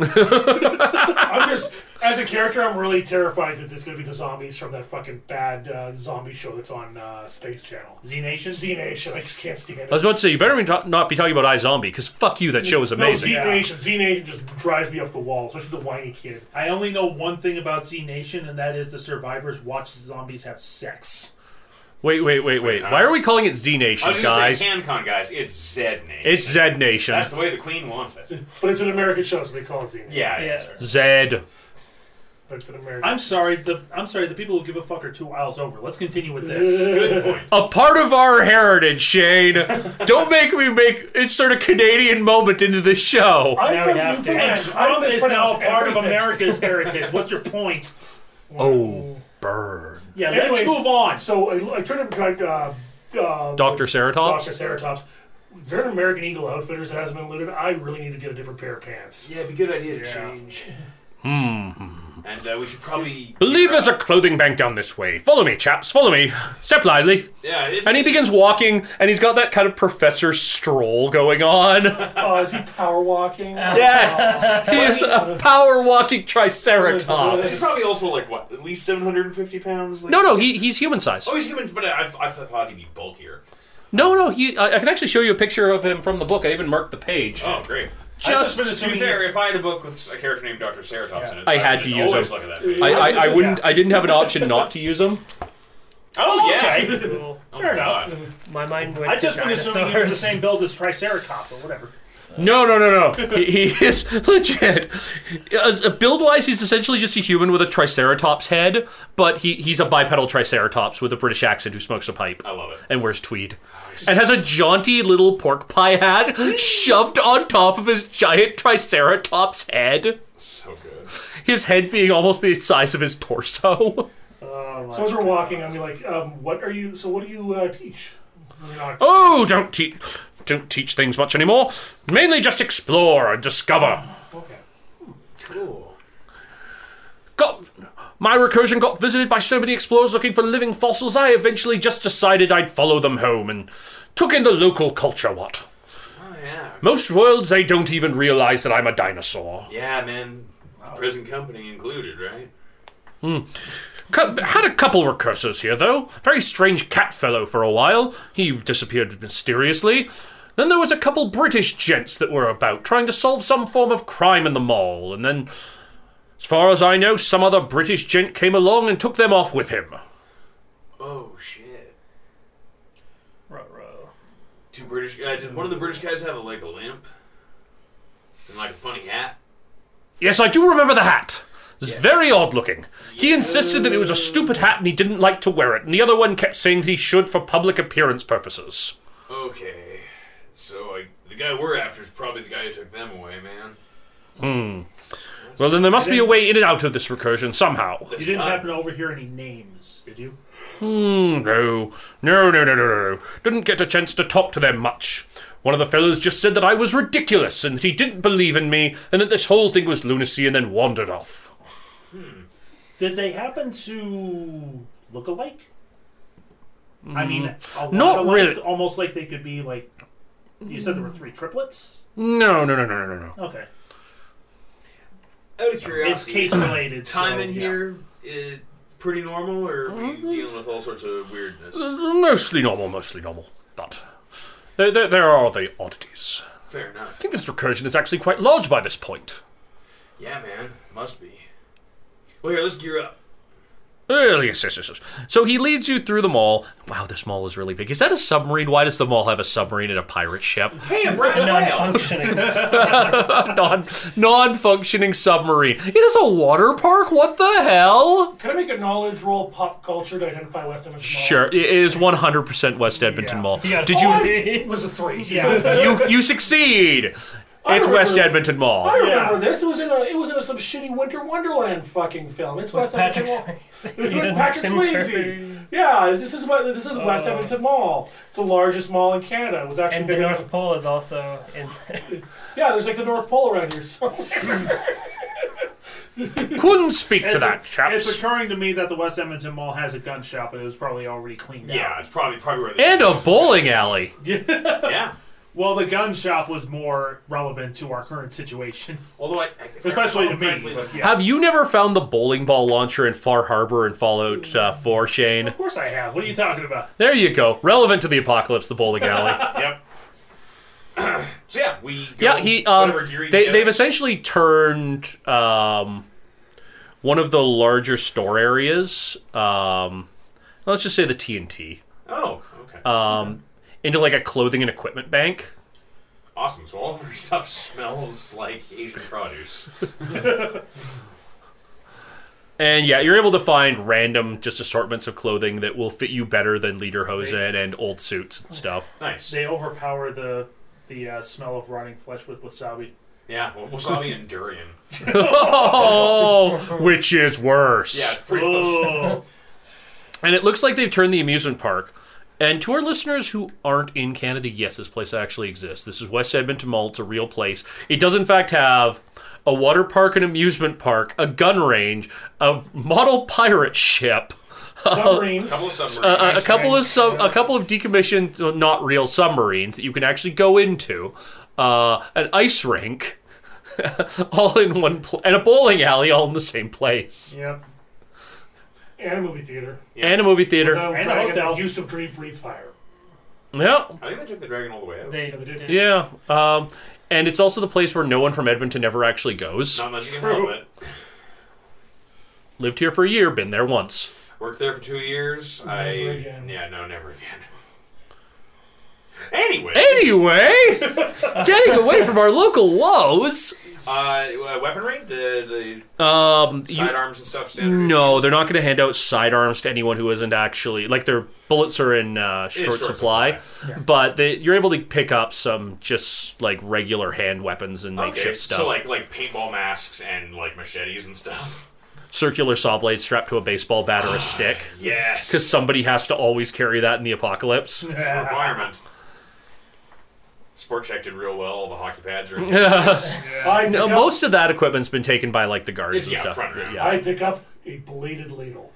Speaker 4: I'm just, as a character, I'm really terrified that there's going to be the zombies from that fucking bad uh, zombie show that's on uh, Space Channel.
Speaker 5: Z Nation?
Speaker 4: Z Nation, I just can't stand it.
Speaker 2: I was about to say you better be ta- not be talking about iZombie because fuck you, that show is
Speaker 4: no,
Speaker 2: amazing.
Speaker 4: Z Nation. Z Nation just drives me up the wall, especially the whiny kid.
Speaker 5: I only know one thing about Z Nation, and that is the survivors watch zombies have sex.
Speaker 2: Wait, wait, wait, wait. Why are we calling it Z
Speaker 3: I
Speaker 2: Nation,
Speaker 3: was going to
Speaker 2: guys?
Speaker 3: say CanCon, guys. It's Zed name.
Speaker 2: It's Z Nation.
Speaker 3: That's the way the queen wants it.
Speaker 4: But it's an American show, so they call it Z Nation.
Speaker 3: Yeah,
Speaker 6: Yeah.
Speaker 3: yeah. Sir.
Speaker 2: Zed.
Speaker 4: But it's an American.
Speaker 5: I'm sorry, the I'm sorry, the people who give a fuck are two aisles over. Let's continue with this.
Speaker 3: Good point.
Speaker 2: a part of our heritage, Shane. Don't make me make insert a Canadian moment into this show.
Speaker 4: I'm
Speaker 6: Now
Speaker 4: from
Speaker 6: we have to.
Speaker 4: Newfoundland. I
Speaker 5: And Trump is now a
Speaker 4: mispronounce
Speaker 5: part of
Speaker 4: everything.
Speaker 5: America's heritage. What's your point?
Speaker 2: Oh, burn.
Speaker 5: Yeah,
Speaker 4: Anyways,
Speaker 5: let's move on.
Speaker 4: So I, I turned up tried uh, uh,
Speaker 2: Dr. Ceratops?
Speaker 4: Doctor Ceratops. Is there an American Eagle Outfitters that hasn't been looted? I really need to get a different pair of pants.
Speaker 3: Yeah, it'd be a good idea to change. And uh, we should probably.
Speaker 2: Believe there's a clothing bank down this way. Follow me, chaps. Follow me. Step lively.
Speaker 3: Yeah, if,
Speaker 2: And he begins walking, and he's got that kind of professor stroll going on.
Speaker 4: Oh, is he power walking?
Speaker 2: Yes, he is a power walking
Speaker 3: he's
Speaker 2: triceratops.
Speaker 3: probably also like, what, at least 750 pounds? Like,
Speaker 2: No, no, he, he's human size.
Speaker 3: Oh, he's human, but I, I, I thought he'd be bulkier.
Speaker 2: No, no, he. I, I can actually show you a picture of him from the book. I even marked the page.
Speaker 3: Oh, great.
Speaker 2: Just
Speaker 3: I just to be fair, if I had a book with a character named Doctor Ceratops in it,
Speaker 2: I
Speaker 3: would
Speaker 2: had
Speaker 3: just
Speaker 2: to use
Speaker 3: always
Speaker 2: him.
Speaker 3: Look at that page.
Speaker 2: I, I, I wouldn't. I didn't have an option not to use him.
Speaker 3: oh yeah.
Speaker 6: Cool.
Speaker 3: Oh,
Speaker 5: Fair
Speaker 3: my
Speaker 5: enough.
Speaker 3: God.
Speaker 6: My mind went
Speaker 5: I
Speaker 6: to
Speaker 5: just been assuming he was the
Speaker 6: dinosaurs.
Speaker 5: same build as Triceratops or whatever.
Speaker 2: No, no, no, no. He, he is legit. Build wise, he's essentially just a human with a triceratops head, but he, he's a bipedal triceratops with a British accent who smokes a pipe
Speaker 3: I love it.
Speaker 2: and wears tweed. And has a jaunty little pork pie hat shoved on top of his giant triceratops head,
Speaker 3: So good.
Speaker 2: his head being almost the size of his torso.
Speaker 4: So as we're walking, I'm like, um, what are you? So what do you uh, teach? You're not-
Speaker 2: Oh, don't teach, don't teach things much anymore. Mainly just explore and discover.
Speaker 4: Okay.
Speaker 2: Got my recursion got visited by so many explorers looking for living fossils. I eventually just decided I'd follow them home and took in the local culture. What
Speaker 3: Oh yeah.
Speaker 2: most worlds, they don't even realize that I'm a dinosaur.
Speaker 3: Yeah, man. Prison company included, right?
Speaker 2: Cu- had a couple recursors here though. Very strange cat fellow for a while. He disappeared mysteriously. Then there was a couple British gents that were about trying to solve some form of crime in the mall, and then, as far as I know, some other British gent came along and took them off with him.
Speaker 3: Oh shit.
Speaker 6: Ruh-roh.
Speaker 3: Two British guys. Did one of the British guys have a, like a limp? And like a funny hat?
Speaker 2: Yes, I do remember the hat. It's very odd looking. He insisted that it was a stupid hat and he didn't like to wear it, and the other one kept saying that he should for public appearance purposes.
Speaker 3: Okay. So I, the guy we're after is probably the guy who took them away, man.
Speaker 2: Well, then there must be a way in and out of this recursion somehow.
Speaker 5: You didn't happen to overhear any names, did you?
Speaker 2: No, no, no, no, no, no. Didn't get a chance to talk to them much. One of the fellows just said that I was ridiculous and that he didn't believe in me and that this whole thing was lunacy and then wandered off.
Speaker 5: Did they happen to look alike? I mean, a lot
Speaker 2: Not
Speaker 5: alike,
Speaker 2: really.
Speaker 5: Almost like they could be like. You said there were three triplets.
Speaker 2: No, no, no, no, no, no, no.
Speaker 5: Okay,
Speaker 3: Out of
Speaker 5: it's
Speaker 3: curiosity,
Speaker 5: case related.
Speaker 3: time
Speaker 5: so,
Speaker 3: in
Speaker 5: yeah.
Speaker 3: here is pretty normal, or are we dealing with all sorts of weirdness?
Speaker 2: Mm-hmm. Mostly normal, mostly normal. But there, there, there are the oddities.
Speaker 3: Fair enough.
Speaker 2: I think this recursion is actually quite large by this point.
Speaker 3: Yeah, man. Must be. Well, here, let's gear up.
Speaker 2: Really, yes, yes, yes, yes. So he leads you through the mall. Wow, this mall is really big. Is that a submarine? Why does the mall have a submarine and a pirate ship?
Speaker 3: Hey, a brass whale!
Speaker 6: Non-functioning.
Speaker 2: non non functioning submarine. It is a water park. What the hell?
Speaker 4: Can I make a knowledge roll, pop culture, to identify West Edmonton? Mall?
Speaker 2: Sure, it is 100% West Edmonton
Speaker 5: Yeah.
Speaker 2: Mall.
Speaker 6: Yeah.
Speaker 2: Did you,
Speaker 4: It was a three.
Speaker 5: Yeah.
Speaker 2: you you succeed? It's
Speaker 4: remember-
Speaker 2: West Edmonton
Speaker 4: I
Speaker 2: Mall.
Speaker 4: remember
Speaker 5: Yeah.
Speaker 4: this. It was in a it was in a, some shitty Winter Wonderland fucking film. It's West
Speaker 6: Patrick
Speaker 4: Edmonton Mall.
Speaker 6: Swayze.
Speaker 4: With
Speaker 6: and
Speaker 4: Patrick
Speaker 6: Tim Curry.
Speaker 4: Swayze. Yeah, this is what this is West
Speaker 5: Uh.
Speaker 4: Edmonton Mall. It's the largest mall in Canada. It was actually
Speaker 6: And the
Speaker 4: bigger than-
Speaker 6: North Pole is also in there.
Speaker 4: Yeah, there's like the North Pole around here. So
Speaker 2: Couldn't speak to
Speaker 5: It's,
Speaker 2: that,
Speaker 5: it's
Speaker 2: chaps.
Speaker 5: occurring to me that the West Edmonton Mall has a gun shop, but it was probably already cleaned out.
Speaker 3: Yeah, it's probably probably where they
Speaker 2: And a bowling alley.
Speaker 3: yeah.
Speaker 5: Well, the gun shop was more relevant to our current situation.
Speaker 3: Although I, I
Speaker 5: Especially to me,
Speaker 3: frankly,
Speaker 5: but yeah.
Speaker 2: Have you never found the bowling ball launcher in Far Harbor and Fallout uh, 4, Shane?
Speaker 5: Of course I have. What are you talking about?
Speaker 2: There you go. Relevant to the apocalypse, the bowling alley.
Speaker 3: Yep. so yeah, we go
Speaker 2: Yeah, he um,
Speaker 3: whatever gear he
Speaker 2: they
Speaker 3: gets.
Speaker 2: they've essentially turned um, one of the larger store areas. Um, let's just say the TNT
Speaker 3: Oh, okay.
Speaker 2: Uh, into like a clothing and equipment bank.
Speaker 3: awesome. So all of our stuff smells like Asian produce.
Speaker 2: And yeah, you're able to find random just assortments of clothing that will fit you better than lederhosen and old suits and stuff.
Speaker 3: Nice.
Speaker 5: They overpower the the uh, smell of rotting flesh with wasabi.
Speaker 3: Yeah, well, wasabi and durian.
Speaker 2: oh, which is worse.
Speaker 3: Yeah, it's pretty close.
Speaker 5: Oh,
Speaker 2: And it looks like they've turned the amusement park And to our listeners who aren't in Canada, yes, this place actually exists. This is West Edmonton Mall. It's a real place. It does, in fact, have a water park, an amusement park, a gun range, a model pirate ship, Oh.
Speaker 5: Submarines.
Speaker 3: Couple of submarines.
Speaker 2: a, a couple of sub, a couple of decommissioned, uh, not real submarines that you can actually go into, uh, an ice rink, all in one, pl- and a bowling alley, all in the same place,
Speaker 5: Yep.
Speaker 4: and a movie theater.
Speaker 2: and a movie theater.
Speaker 4: The
Speaker 5: a
Speaker 4: dragon
Speaker 5: hotel.
Speaker 4: that used to breathe, breathe fire.
Speaker 2: yeah,
Speaker 3: I think they took the dragon all the way out.
Speaker 6: They,
Speaker 4: they did.
Speaker 2: yeah. Um, and it's also the place where no one from Edmonton ever actually goes.
Speaker 3: Not much you can help it.
Speaker 2: Lived here for a year, been there once.
Speaker 3: Worked there for two years. I
Speaker 4: again.
Speaker 3: yeah, no, never again. Anyway,
Speaker 2: Anyway, getting away from our local woes.
Speaker 3: uh, weaponry, the,
Speaker 2: Um,
Speaker 3: the
Speaker 2: you,
Speaker 3: sidearms and stuff. Standard
Speaker 2: no, they're not going to hand out sidearms to anyone who isn't actually like their bullets are in uh,
Speaker 3: is
Speaker 2: short,
Speaker 3: short
Speaker 2: supply. But they, you're able to pick up some just like regular hand weapons and
Speaker 3: Okay,
Speaker 2: makeshift stuff.
Speaker 3: so like like paintball masks and like machetes and stuff.
Speaker 2: Circular saw blades strapped to a baseball bat or a stick.
Speaker 3: Yes,
Speaker 2: Because somebody has to always carry that in the apocalypse.
Speaker 3: requirement. Sport check did real well. All the hockey pads are. In
Speaker 4: I pick
Speaker 2: No,
Speaker 4: up,
Speaker 2: most of that equipment's been taken by like the guards
Speaker 3: It's-
Speaker 2: and
Speaker 3: yeah,
Speaker 2: stuff.
Speaker 3: front row.
Speaker 2: yeah.
Speaker 4: I pick up a bladed ladle.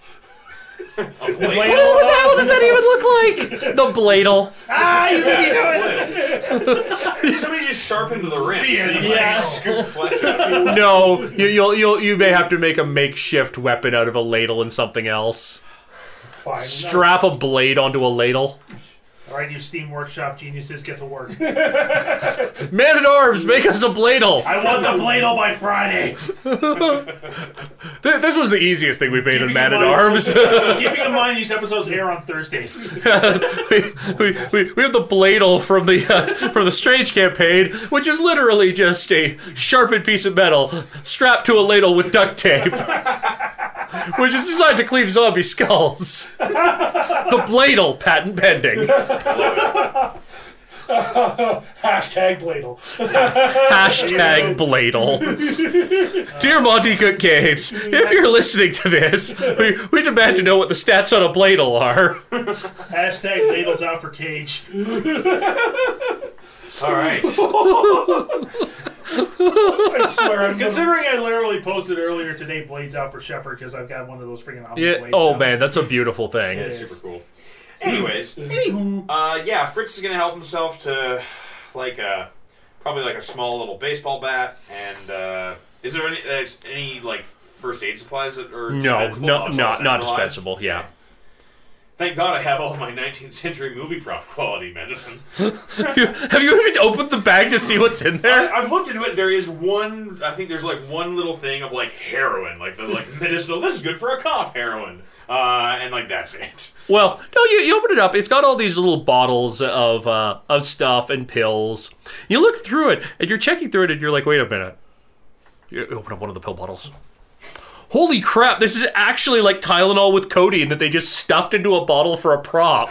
Speaker 3: a blade.
Speaker 2: What the hell does that even look like? The bladle.
Speaker 3: Yes, it is. Somebody just sharpened the rim. So you can,
Speaker 4: Yeah.
Speaker 3: like, scoop flesh out.
Speaker 2: No, you, you'll you'll you may have to make a makeshift weapon out of a ladle and something else.
Speaker 4: Fine.
Speaker 2: Strap a blade onto a ladle.
Speaker 5: All right, you Steam Workshop geniuses, get to work.
Speaker 2: Man at arms, make us a bladle.
Speaker 5: I want the Bladle by Friday.
Speaker 2: Th- this was the easiest thing we made in
Speaker 5: Keeping
Speaker 2: Man
Speaker 5: in
Speaker 2: at
Speaker 5: mind-
Speaker 2: Arms.
Speaker 5: Keeping in mind these episodes air on Thursdays.
Speaker 2: we, we, we, we have the bladle from the uh, from the Strange campaign, which is literally just a sharpened piece of metal strapped to a ladle with duct tape, which is designed to cleave zombie skulls. the bladle patent pending.
Speaker 4: Hashtag bladle.
Speaker 2: Hashtag Bladle. Dear Monty Cook Games, if you're listening to this, we, we demand to know what the stats on a Bladle are.
Speaker 5: Hashtag Ladle's out for Cage.
Speaker 3: All right.
Speaker 4: I swear I'm gonna-
Speaker 5: Considering I literally posted earlier today, Blades out for Shepherd because I've got one of those freaking omni
Speaker 2: Yeah,
Speaker 5: blades.
Speaker 2: oh
Speaker 5: now.
Speaker 2: man, that's a beautiful thing.
Speaker 3: Yeah, it's super cool. Anyways, anywho, uh, yeah, Fritz is gonna help himself to like a probably like a small little baseball bat. And uh, is there any uh, any like first aid supplies that are
Speaker 2: No,
Speaker 3: dispensable?
Speaker 2: no,
Speaker 3: Oh, it's all
Speaker 2: not not
Speaker 3: centralized.
Speaker 2: dispensable. Yeah,
Speaker 3: Thank God I have all my 19th century movie prop quality medicine.
Speaker 2: You- have you even opened the bag to see what's in
Speaker 3: I,
Speaker 2: there?
Speaker 3: I've looked into it. There is one. I think there's like one little thing of like heroin, like the like medicinal. This is good for a cough, heroin, uh, and like that's it.
Speaker 2: Well, no, you, you open it up. It's got all these little bottles of uh, of stuff and pills. You look through it, and you're checking through it, and you're like, wait a minute. You open up one of the pill bottles. Holy crap! This is actually like Tylenol with codeine that they just stuffed into a bottle for a prop.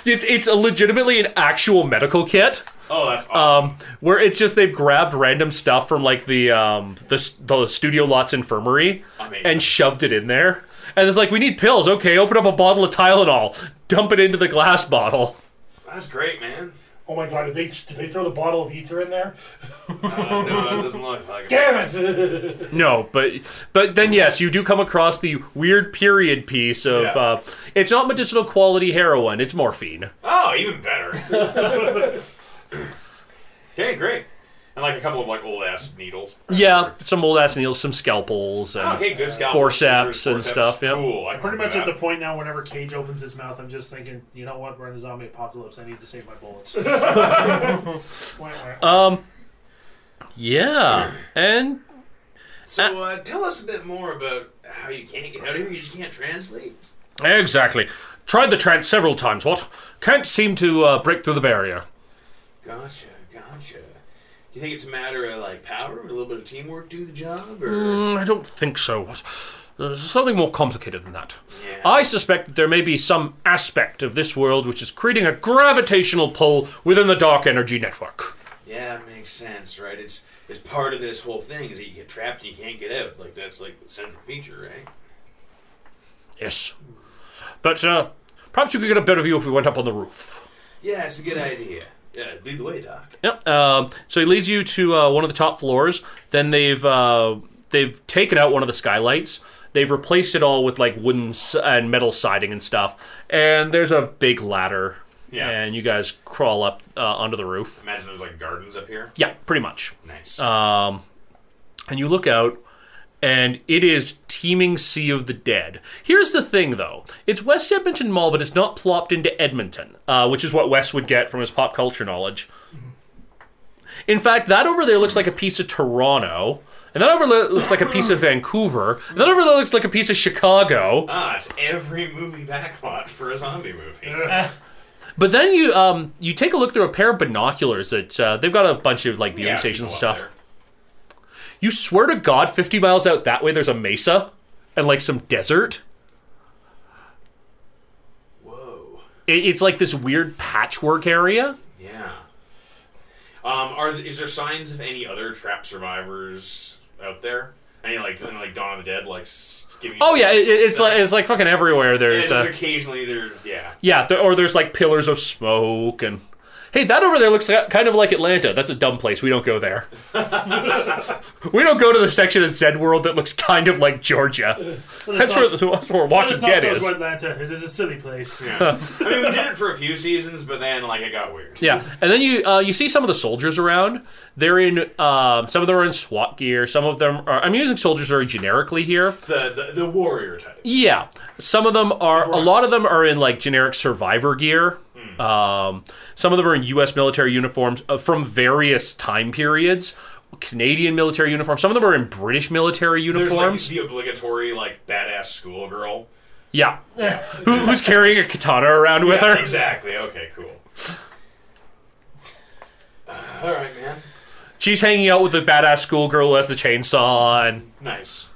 Speaker 2: it's it's a legitimately an actual medical kit
Speaker 3: Oh, that's awesome.
Speaker 2: um, where it's just they've grabbed random stuff from like the um, the, s- the studio lots infirmary
Speaker 3: Amazing.
Speaker 2: and shoved it in there. And it's like we need pills. Okay, open up a bottle of Tylenol, dump it into the glass bottle.
Speaker 3: that's great, man.
Speaker 4: Oh my god, did they, did they throw the bottle of ether in there?
Speaker 3: Uh, no, that doesn't look like it.
Speaker 4: Damn it!
Speaker 2: No, but but then yes, you do come across the weird period piece of
Speaker 3: Yeah.
Speaker 2: uh, it's not medicinal quality heroin, it's morphine.
Speaker 3: Oh, even better. okay, great. And like a couple of like old ass needles.
Speaker 2: Yeah, some old ass needles, some scalpels, and
Speaker 3: Okay, good scalp.
Speaker 2: Forceps and stuff, yeah.
Speaker 3: Cool. I can
Speaker 5: Pretty
Speaker 3: do
Speaker 5: much at
Speaker 3: that.
Speaker 5: the point now, whenever Cage opens his mouth, I'm just thinking, you know what? We're in a zombie apocalypse. I need to save my bullets.
Speaker 2: yeah, and
Speaker 7: So uh, tell us a bit more about how you can't get out of here. You just can't translate.
Speaker 2: exactly. Tried the trance several times. What can't seem to uh, break through the barrier.
Speaker 7: Gotcha, gotcha. Do you think it's a matter of like power? Would a little bit of teamwork do the job, or
Speaker 2: Mm, I don't think so. What- There's something more complicated than that.
Speaker 7: Yeah.
Speaker 2: I suspect that there may be some aspect of this world which is creating a gravitational pull within the dark energy network.
Speaker 7: yeah, it makes sense, right? It's it's part of this whole thing is that you get trapped and you can't get out. Like that's like the central feature, right?
Speaker 2: Yes. But uh, Perhaps we could get a better view if we went up on the roof.
Speaker 3: Yeah, it's a good
Speaker 2: Mm.
Speaker 3: idea. Yeah, lead the way, Doc.
Speaker 2: Yep. Um, so he leads you to uh, one of the top floors. Then they've uh, they've taken out one of the skylights. They've replaced it all with like wooden s- and metal siding and stuff. And there's a big ladder.
Speaker 3: Yeah.
Speaker 2: And you guys crawl up uh, onto the roof.
Speaker 3: Imagine there's like gardens up here.
Speaker 2: Yeah, pretty much.
Speaker 3: Nice.
Speaker 2: Uh, and you look out and it is teeming sea of the dead here's the thing though it's west edmonton mall but it's not plopped into edmonton uh, which is what wes would get from his pop culture knowledge in fact that over there looks like a piece of toronto and that over there looks like a piece of vancouver and that over there looks like a piece of chicago
Speaker 3: ah, it's every movie backlot for a zombie movie.
Speaker 2: But then you um you take a look through a pair of binoculars that uh, they've got a bunch of like viewing
Speaker 3: Yeah,
Speaker 2: stations and
Speaker 3: people up
Speaker 2: stuff. You swear to God, fifty miles out that way, there's a mesa and like some desert. Whoa! It, it's like this weird patchwork area.
Speaker 3: Yeah. Um, are th- is there signs of any other trap survivors out there? Any like any, like Dawn of the Dead like s- giving?
Speaker 2: Oh yeah, it, it's
Speaker 3: stuff?
Speaker 2: like it's like fucking everywhere.
Speaker 3: Yeah,
Speaker 2: There's
Speaker 3: there's
Speaker 2: a,
Speaker 3: occasionally there's yeah.
Speaker 2: yeah, there, or there's like pillars of smoke and. Hey, that over there looks like- kind of like Atlanta. That's a dumb place. We don't go there. we don't go to the section of Zed World that looks kind of like Georgia. That's where, that's where Walking
Speaker 5: That's not
Speaker 2: Dead
Speaker 5: goes
Speaker 2: is.
Speaker 5: to Atlanta. It is a silly place.
Speaker 3: yeah. I mean, we did it for a few seasons, but then like it got weird.
Speaker 2: Yeah, and then you uh, you see some of the soldiers around. They're in um, some of them are in SWAT gear. Some of them are. I'm using soldiers very generically here.
Speaker 3: The the, the warrior type.
Speaker 2: Yeah, some of them are. A lot of them are in like generic survivor gear.
Speaker 3: Hmm.
Speaker 2: Um, some of them are in U.S. military uniforms uh, from various time periods. Canadian military uniforms. Some of them are in British military
Speaker 3: There's like
Speaker 2: uniforms.
Speaker 3: the obligatory like badass schoolgirl.
Speaker 2: yeah, Who, who's carrying a katana around with
Speaker 3: Yeah,
Speaker 2: her?
Speaker 3: exactly. Okay, cool. Uh, all right, man.
Speaker 2: She's hanging out with the badass schoolgirl who has the chainsaw and.
Speaker 3: Nice.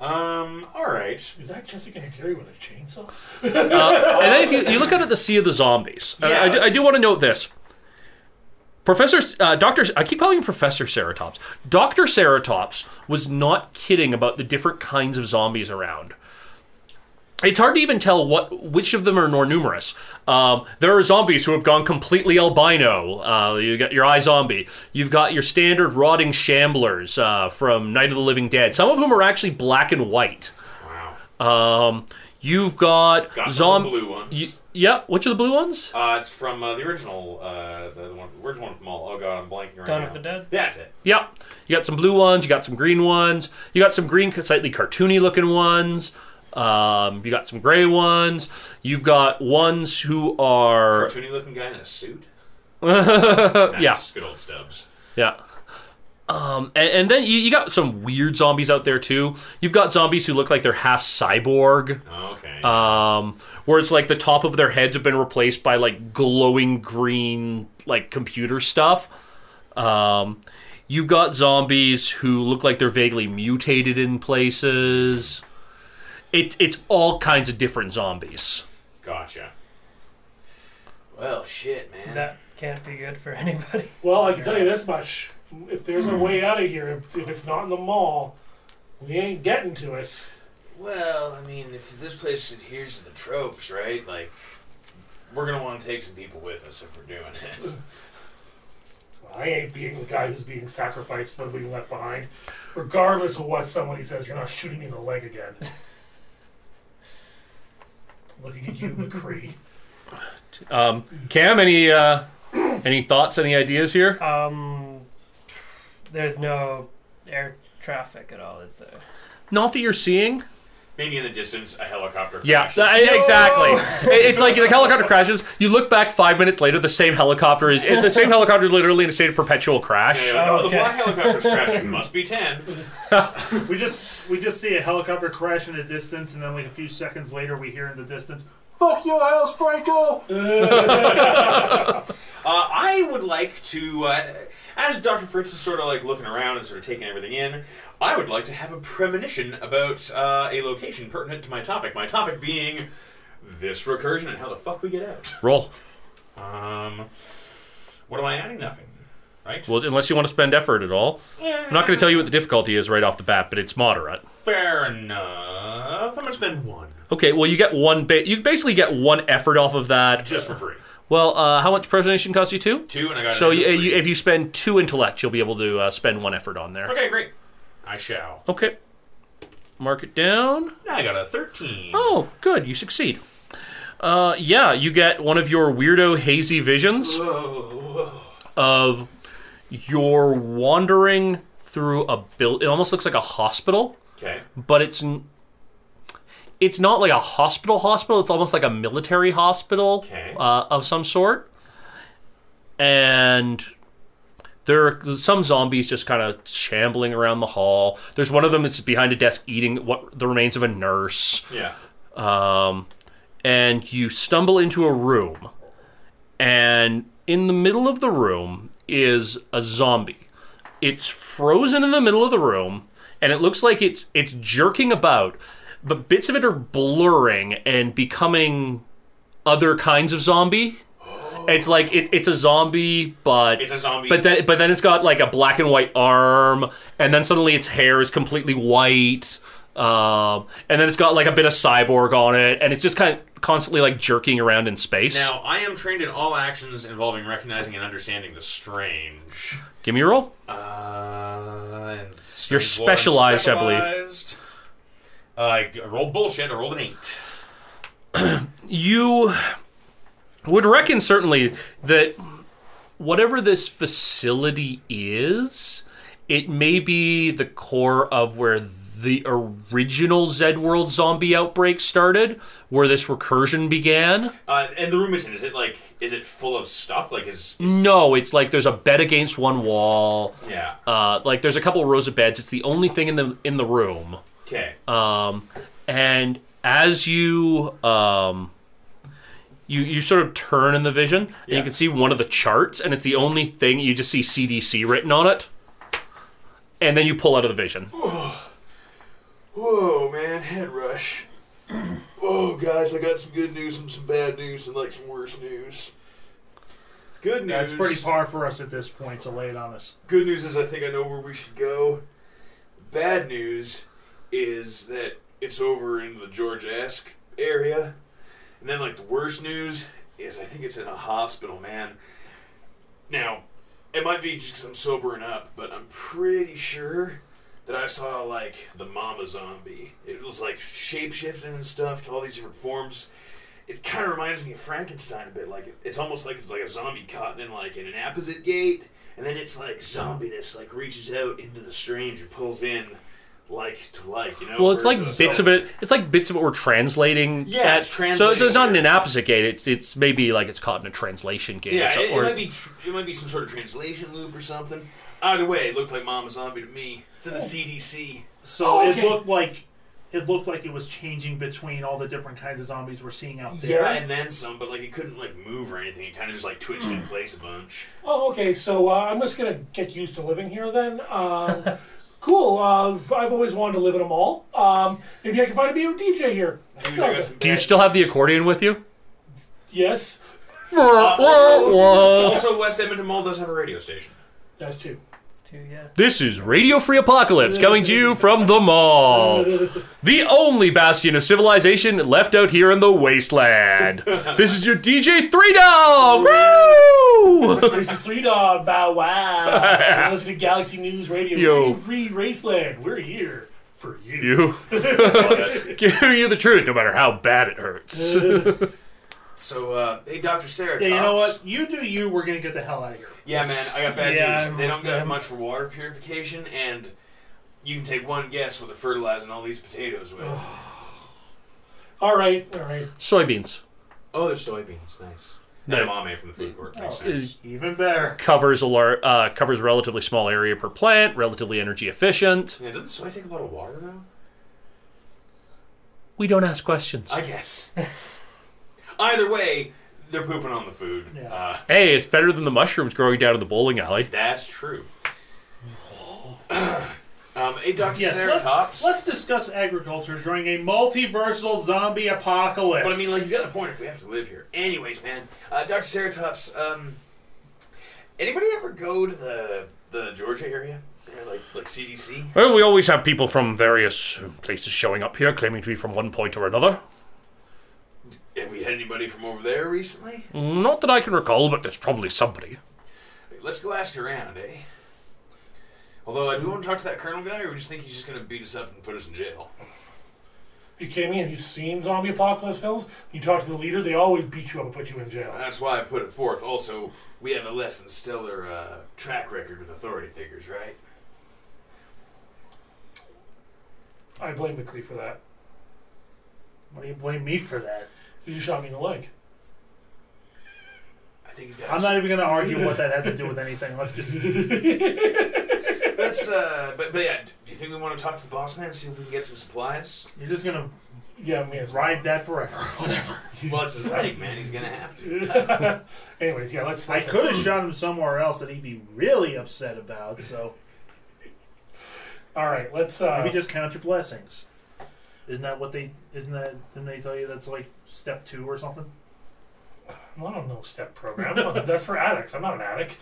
Speaker 3: Um. All right.
Speaker 4: Is that Jessica Carey with a chainsaw?
Speaker 2: And then if you, you look out at the sea of the zombies, uh, I, do, I
Speaker 3: Yes.
Speaker 2: do want to note this. Professor, uh, Doctor, I keep calling him Professor Ceratops. Doctor Ceratops was not kidding about the different kinds of zombies around. It's hard to even tell what which of them are more numerous. Um, there are zombies who have gone completely albino. Uh, you got your eye zombie. You've got your standard rotting shamblers uh, from Night of the Living Dead. Some of whom are actually black and white.
Speaker 3: Wow.
Speaker 2: Um, you've got,
Speaker 3: Got
Speaker 2: zom-
Speaker 3: the blue ones.
Speaker 2: Y- yeah, which are the blue ones?
Speaker 3: Uh, it's from uh, the original, uh, the, the one, the original one from all. Oh god, I'm blanking right
Speaker 6: Dawn
Speaker 3: now.
Speaker 6: of the Dead?
Speaker 3: That's it.
Speaker 2: Yep. You got some blue ones, you got some green ones, you got some green, slightly cartoony looking ones, um, you got some gray ones, you've got ones who are.
Speaker 3: Cartoony looking guy in a suit. Nice.
Speaker 2: Yeah,
Speaker 3: Good old Stubbs.
Speaker 2: yeah. Um, and, and then you, you got some weird zombies out there too. You've got zombies who look like they're half cyborg,
Speaker 3: Okay.
Speaker 2: um, where it's like the top of their heads have been replaced by like glowing green like computer stuff. Um, you've got zombies who look like they're vaguely mutated in places. It, it's all kinds of different zombies.
Speaker 3: gotcha.
Speaker 7: Well, shit, man.
Speaker 6: That can't be good for anybody.
Speaker 4: Well, I can tell you this much: if there's a way out of here, if, if it's not in the mall, we ain't getting to it.
Speaker 7: well, I mean, if this place adheres to the tropes, right? Like,
Speaker 3: We're gonna want to take some people with us if we're doing it.
Speaker 4: I ain't being the guy who's being sacrificed but being left behind. Regardless of what somebody says, you're not shooting me in the leg again. Looking at you, McCree.
Speaker 2: Um, Cam, any uh, any thoughts, any ideas here?
Speaker 3: Uh,
Speaker 6: Um, there's no air traffic at all, is there?
Speaker 2: Not that you're seeing.
Speaker 3: Maybe in the distance, a helicopter.
Speaker 2: Yeah,
Speaker 3: crashes.
Speaker 2: I- exactly. It- It's like the helicopter crashes. You look back five minutes later, the same helicopter is the same helicopter is literally in a state of perpetual crash.
Speaker 3: Yeah, like, oh, the
Speaker 6: Okay.
Speaker 3: black helicopter's crashing. Must be ten.
Speaker 5: We just we just see a helicopter crash in the distance, and then like a few seconds later, we hear in the distance, "Fuck you, House Franco."
Speaker 3: Uh, I would like to, uh, as Dr. Fritz is sort of like looking around and sort of taking everything in, I would like to have a premonition about uh, a location pertinent to my topic. My topic being this recursion and how the fuck we get out.
Speaker 2: Roll.
Speaker 3: Um, what am I adding? Nothing. Right? Eh,
Speaker 2: Well, unless you want to spend effort at all. I'm not going to tell you what the difficulty is right off the bat, but it's moderate.
Speaker 3: Fair enough. I'm going to spend one.
Speaker 2: Okay, well you get one. Ba- you basically get one effort off of that.
Speaker 8: just for free.
Speaker 2: Well, uh, how much presentation costs you? Two.
Speaker 8: Two, and I got
Speaker 3: Uh,
Speaker 2: So
Speaker 8: an
Speaker 2: you,
Speaker 8: extra
Speaker 2: you,
Speaker 8: three.
Speaker 2: if you spend two intellect, you'll be able to uh, spend one effort on there.
Speaker 8: okay, great. I shall.
Speaker 2: Okay. Mark it down.
Speaker 8: Now I got a thirteen.
Speaker 2: Oh, good. You succeed. Uh, yeah, you get one of your weirdo hazy visions of you're wandering through a build. It almost looks like a hospital,
Speaker 8: Okay.
Speaker 2: but it's n- it's not like a hospital hospital. It's almost like a military hospital
Speaker 8: Okay.
Speaker 2: uh, of some sort, and there are some zombies just kind of shambling around the hall. There's one of them that's behind a desk eating what the remains of a nurse
Speaker 8: Yeah.
Speaker 2: um, and you stumble into a room, and in the middle of the room is a zombie. It's frozen in the middle of the room, and it looks like it's it's jerking about, but bits of it are blurring and becoming other kinds of zombie. It's like it, it's a zombie, but
Speaker 8: It's a zombie.
Speaker 2: but then but then it's got like a black and white arm, and then suddenly its hair is completely white. Um, and then it's got like a bit of cyborg on it, and it's just kind of constantly like jerking around in space.
Speaker 8: now I am trained in all actions involving recognizing and understanding the strange.
Speaker 2: Give me a roll.
Speaker 8: Uh, and strange
Speaker 2: You're
Speaker 8: lore and
Speaker 2: specialized, I believe.
Speaker 8: specialized. Uh, I g- rolled bullshit. I rolled an eight.
Speaker 2: You would reckon certainly that whatever this facility is, it may be the core of where the original Zed World zombie outbreak started, where this recursion began.
Speaker 8: Uh, and the room it's in is it like is it full of stuff? Like is, is
Speaker 2: No, it's like there's a bed against one wall.
Speaker 8: yeah.
Speaker 2: Uh, like there's a couple rows of beds. It's the only thing in the in the room.
Speaker 8: Okay.
Speaker 2: Um, and as you um, you you sort of turn in the vision, and
Speaker 8: Yeah.
Speaker 2: you can see one of the charts, and it's the only thing you just see CDC written on it. And then you pull out of the vision.
Speaker 3: Oh, Whoa, man, head rush.
Speaker 8: Oh,
Speaker 3: Whoa, guys, I got some good news and some bad news and like some worse news.
Speaker 8: Good news.
Speaker 4: That's pretty par for us at this point to lay it on us.
Speaker 3: Good news is I think I know where we should go. Bad news is that it's over in the Georgia-esque area. And then, like, the worst news is I think it's in a hospital, man. Now, it might be just 'cause I'm sobering up, but I'm pretty sure that I saw, like, the mama zombie. It was, like, shape-shifting and stuff to all these different forms. It kind of reminds me of Frankenstein a bit. Like, it's almost like it's like a zombie caught in, like, in an opposite gate. And then it's like zombiness, like reaches out into the strange and pulls in, like to like, you know.
Speaker 2: Well, it's
Speaker 3: where
Speaker 2: like
Speaker 3: a
Speaker 2: bits of it. It's like bits of it were translating.
Speaker 3: Yeah, it's
Speaker 2: at- so, so
Speaker 3: translating
Speaker 2: it's not in
Speaker 3: it.
Speaker 2: an opposite gate. It's it's maybe like it's caught in a translation gate. or
Speaker 3: Yeah,
Speaker 2: something.
Speaker 3: it, it might be tr- it might be some sort of translation loop or something. Oh. Either way, it looked like Mama Zombie to me. It's in the CDC.
Speaker 4: So
Speaker 5: Oh,
Speaker 4: it
Speaker 5: okay.
Speaker 4: looked like it looked like it was changing between all the different kinds of zombies we're seeing out there.
Speaker 3: Yeah,
Speaker 5: Yeah.
Speaker 3: and then some, but like it couldn't like move or anything. It kind of just like twitched in place a bunch.
Speaker 5: Oh, okay. So uh, I'm just gonna get used to living here then.
Speaker 4: Uh,
Speaker 5: Um, cool. Uh, I've always wanted to live in a mall. Um, maybe I can find a beer DJ here.
Speaker 3: Dude, I got some
Speaker 2: Do you
Speaker 3: bad-
Speaker 2: still have the accordion with you?
Speaker 5: Yes,
Speaker 3: Uh,
Speaker 8: also, West Edmonton Mall does have a radio station.
Speaker 5: that's two.
Speaker 6: It's two, yeah.
Speaker 2: This is Radio Free Apocalypse coming to you from the mall. The only bastion of civilization left out here in the wasteland. This is your DJ 3 Dog! Woo!
Speaker 5: This is Three Dog Bow Wow. You're listening to Galaxy News Radio.
Speaker 2: Yo.
Speaker 5: Free Raceland. We're here for you.
Speaker 2: You. Give you the truth, no matter how bad it hurts.
Speaker 3: So, uh, hey, Doctor Sarah.
Speaker 4: Yeah, you know what? You do you. We're gonna get the hell out of here.
Speaker 3: Yeah, man, I got bad
Speaker 4: Yeah,
Speaker 3: news.
Speaker 4: I'm
Speaker 3: They don't
Speaker 4: with
Speaker 3: got
Speaker 4: them.
Speaker 3: much for water purification, and you can take one guess what they're fertilizing all these potatoes with.
Speaker 5: All right. All right.
Speaker 2: Soybeans.
Speaker 3: oh, they're soybeans. Nice.
Speaker 2: No.
Speaker 8: And Amame from the food court.
Speaker 3: Oh,
Speaker 8: Makes sense.
Speaker 2: Is-
Speaker 4: Even better.
Speaker 2: Covers a lar- uh, covers relatively small area per plant, relatively energy efficient.
Speaker 3: Yeah, doesn't soy take a lot of water though?
Speaker 2: We don't ask questions.
Speaker 3: I guess.
Speaker 8: Either way, they're pooping on the food.
Speaker 4: Yeah.
Speaker 8: Uh,
Speaker 2: hey, it's better than the mushrooms growing down in the bowling alley.
Speaker 8: that's true. um, hey, Doctor
Speaker 4: Yes,
Speaker 8: Ceratops.
Speaker 4: let's, let's discuss agriculture during a multiversal zombie apocalypse.
Speaker 3: But I mean, like, he's got a point if we have to live here. Anyways, man, uh, Doctor Ceratops. Um, anybody ever go to the the Georgia area, Yeah, like like CDC?
Speaker 2: Well, we always have people from various places showing up here claiming to be from one point or another.
Speaker 3: had anybody from over there recently?
Speaker 2: Not that I can recall, but there's probably somebody.
Speaker 3: Let's go ask around, eh? Although, uh, do we want to talk to that colonel guy, or we just think he's just going to beat us up and put us in jail?
Speaker 4: You kidding me? Have you seen zombie apocalypse films? You talk to the leader, they always beat you up and put you in jail.
Speaker 3: That's why I put it forth. Also, we have a less than stellar uh, track record with authority figures, right?
Speaker 4: I blame McCree for that.
Speaker 5: Why do you blame me for that?
Speaker 4: Because you shot me in the leg.
Speaker 3: I think he's got.
Speaker 5: I'm not even going to argue what that has to do with anything. Let's just.
Speaker 3: That's. Uh, but, but yeah, do you think we want to talk to the boss man, see if we can get some supplies?
Speaker 5: You're just going
Speaker 4: Yeah, me as
Speaker 5: to
Speaker 4: well.
Speaker 5: ride that forever.
Speaker 3: Well, it's his leg, man. He's going to have to.
Speaker 4: Anyways, yeah, let's.
Speaker 5: I
Speaker 4: let's
Speaker 5: could have shot him somewhere else that he'd be really upset about. So
Speaker 4: All right, let's. Uh,
Speaker 5: maybe just count your blessings. Isn't that what they? Isn't that? Didn't they tell you that's like step two or something?
Speaker 4: I don't know step program. That's for addicts. I'm not an addict.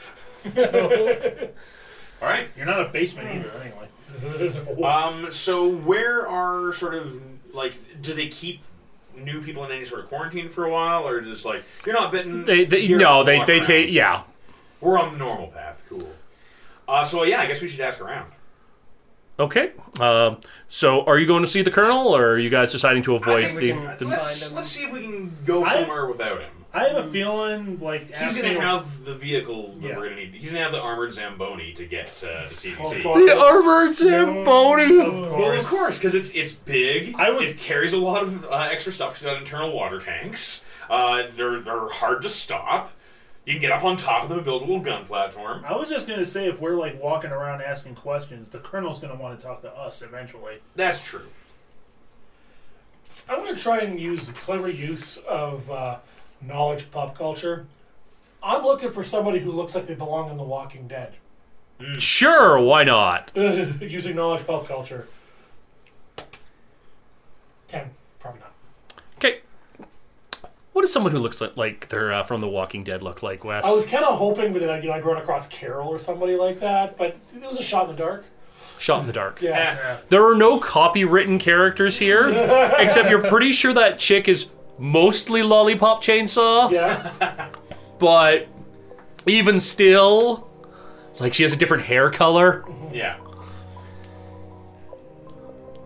Speaker 3: All right.
Speaker 5: You're not a basement either, anyway.
Speaker 3: Um. So where are sort of like do they keep new people in any sort of quarantine for a while, or just like you're not bitten?
Speaker 2: They, they
Speaker 3: here,
Speaker 2: no, they
Speaker 3: walk
Speaker 2: they
Speaker 3: around.
Speaker 2: take yeah.
Speaker 3: We're on the normal path. Cool. Uh. So yeah, I guess we should ask around.
Speaker 2: Okay. Um so, are you going to see the colonel, or are you guys deciding to
Speaker 3: I
Speaker 2: avoid
Speaker 3: think
Speaker 2: the?
Speaker 3: we can,
Speaker 6: I
Speaker 2: the-
Speaker 3: let's,
Speaker 6: Find him.
Speaker 3: let's see if we can go
Speaker 5: I-
Speaker 3: somewhere without him.
Speaker 5: I have a feeling like
Speaker 3: He's
Speaker 5: asking-
Speaker 3: gonna have the vehicle that
Speaker 5: Yeah.
Speaker 3: we're gonna need. He's gonna have the armored Zamboni to get uh, to CDC.
Speaker 4: Oh, God.
Speaker 2: the armored Zamboni.
Speaker 5: Of
Speaker 3: Well,
Speaker 5: course.
Speaker 3: of course, because it's it's big.
Speaker 5: I was-
Speaker 3: it carries a lot of uh, extra stuff because it's got internal water tanks. Uh, they're they're hard to stop. You can get up on top of them and build a little gun platform.
Speaker 5: I was just gonna say if we're like walking around asking questions, the colonel's gonna want to talk to us eventually.
Speaker 3: That's true.
Speaker 4: I'm going to try and use the clever use of uh, knowledge pop culture. I'm looking for somebody who looks like they belong in The Walking Dead.
Speaker 2: Sure, why not?
Speaker 4: Using knowledge pop culture. Ten, probably not.
Speaker 2: Okay. What does someone who looks like, like they're uh, from The Walking Dead look like, Wes?
Speaker 4: I was kind of hoping that I'd, you know I'd run across Carol or somebody like that, but it was a shot in the dark.
Speaker 2: Shot in the dark.
Speaker 4: Yeah.
Speaker 2: There are no copywritten characters here, except you're pretty sure that chick is mostly Lollipop Chainsaw,
Speaker 4: Yeah.
Speaker 2: but even still, like she has a different hair color.
Speaker 3: Yeah.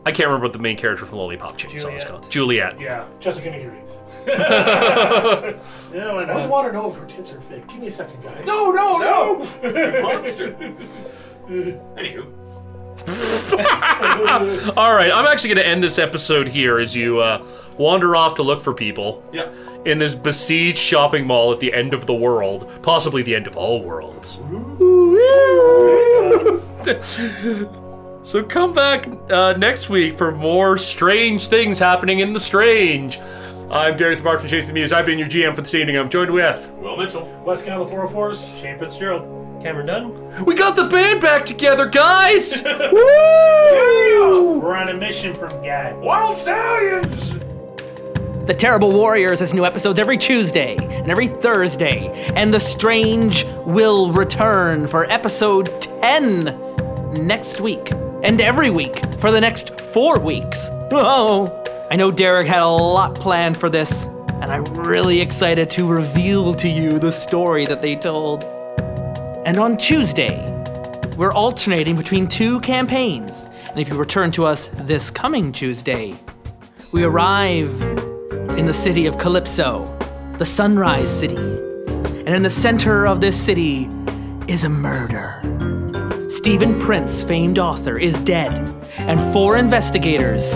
Speaker 2: I can't remember what the main character from Lollipop Chainsaw is
Speaker 5: Juliet.
Speaker 2: called. Juliet.
Speaker 5: Yeah.
Speaker 4: Jessica Nahiri.
Speaker 5: Yeah, why
Speaker 4: I always
Speaker 5: not?
Speaker 4: want to know if her tits are fake. Give me a second, guys. No, no, no!
Speaker 3: Monster. Anywho,
Speaker 2: All right, I'm actually going to end this episode here as you uh, wander off to look for people
Speaker 3: yeah.
Speaker 2: in this besieged shopping mall at the end of the world, possibly the end of all worlds. so come back uh, next week for more strange things happening in the strange. I'm Derek the Bard from Chasing the Muse. I've been your GM for this evening. I'm joined with.
Speaker 3: Will Mitchell.
Speaker 4: West County 404s.
Speaker 5: Shane Fitzgerald.
Speaker 6: Cameron Dunn.
Speaker 2: We got the band back together, guys! Woo!
Speaker 5: We're on a mission from God.
Speaker 3: Wild Stallions.
Speaker 1: The Terrible Warriors has new episodes every Tuesday and every Thursday, and The Strange will return for episode 10 next week and every week for the next four weeks. Oh, I know Derek had a lot planned for this, and I'm really excited to reveal to you the story that they told. And on Tuesday, we're alternating between two campaigns, and if you return to us this coming Tuesday, we arrive in the city of Calypso, the Sunrise City. And in the center of this city is a murder. Stephen Prince, famed author, is dead, and four investigators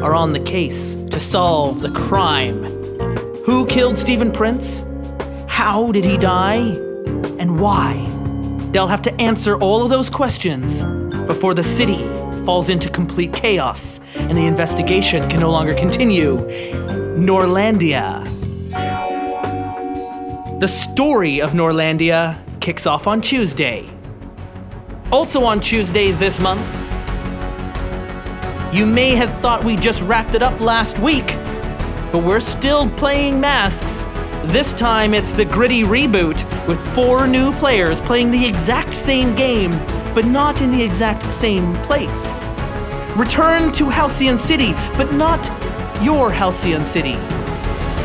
Speaker 1: are on the case to solve the crime. Who killed Stephen Prince? How did he die? And why? They'll have to answer all of those questions before the city falls into complete chaos and the investigation can no longer continue Norlandia. The story of Norlandia kicks off on Tuesday. Also on Tuesdays this month, you may have thought we just wrapped it up last week, but we're still playing masks. This time it's the gritty reboot with four new players playing the exact same game, but not in the exact same place. Return to Halcyon City, but not your Halcyon City.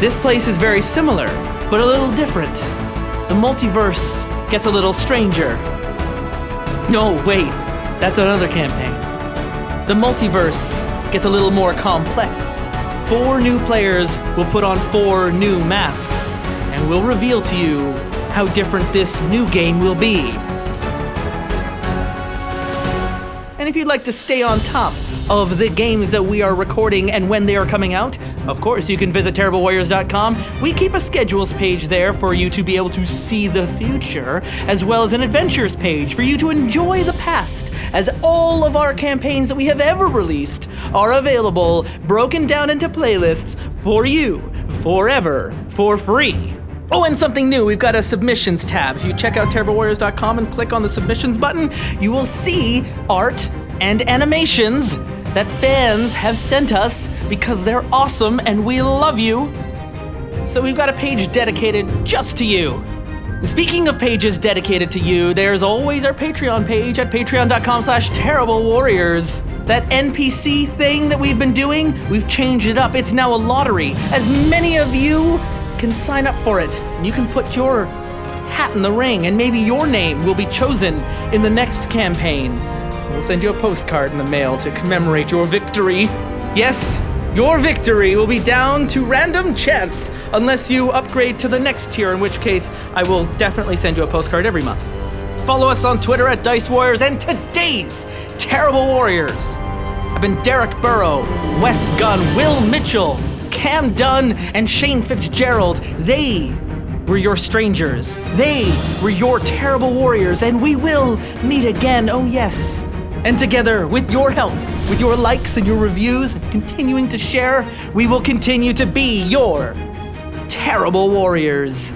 Speaker 1: This place is very similar, but a little different. The multiverse gets a little stranger. No, wait, that's another campaign. The multiverse gets a little more complex. Four new players will put on four new masks, and will reveal to you how different this new game will be. And if you'd like to stay on top of the games that we are recording and when they are coming out, of course you can visit terriblewarriors.com. We keep a schedules page there for you to be able to see the future, as well as an adventures page for you to enjoy the past, as all of our campaigns that we have ever released are available, broken down into playlists for you forever for free. Oh, and something new. We've got a submissions tab. If you check out terriblewarriors.com and click on the submissions button, you will see art and animations that fans have sent us because they're awesome and we love you. So we've got a page dedicated just to you. Speaking of pages dedicated to you, there's always our Patreon page at patreon.com slash terrible warriors. That NPC thing that we've been doing, we've changed it up. It's now a lottery. As many of you can sign up for it, and you can put your hat in the ring, and maybe your name will be chosen in the next campaign. We'll send you a postcard in the mail to commemorate your victory. Yes, your victory will be down to random chance unless you upgrade to the next tier, in which case I will definitely send you a postcard every month. Follow us on Twitter at Dice Warriors and today's Terrible Warriors. I've been Derek Burrow, Wes Gunn, Will Mitchell, Cam Dunn, and Shane Fitzgerald. They were your strangers. They were your terrible warriors, and we will meet again, oh yes. And together, with your help, with your likes and your reviews, and continuing to share, we will continue to be your terrible warriors.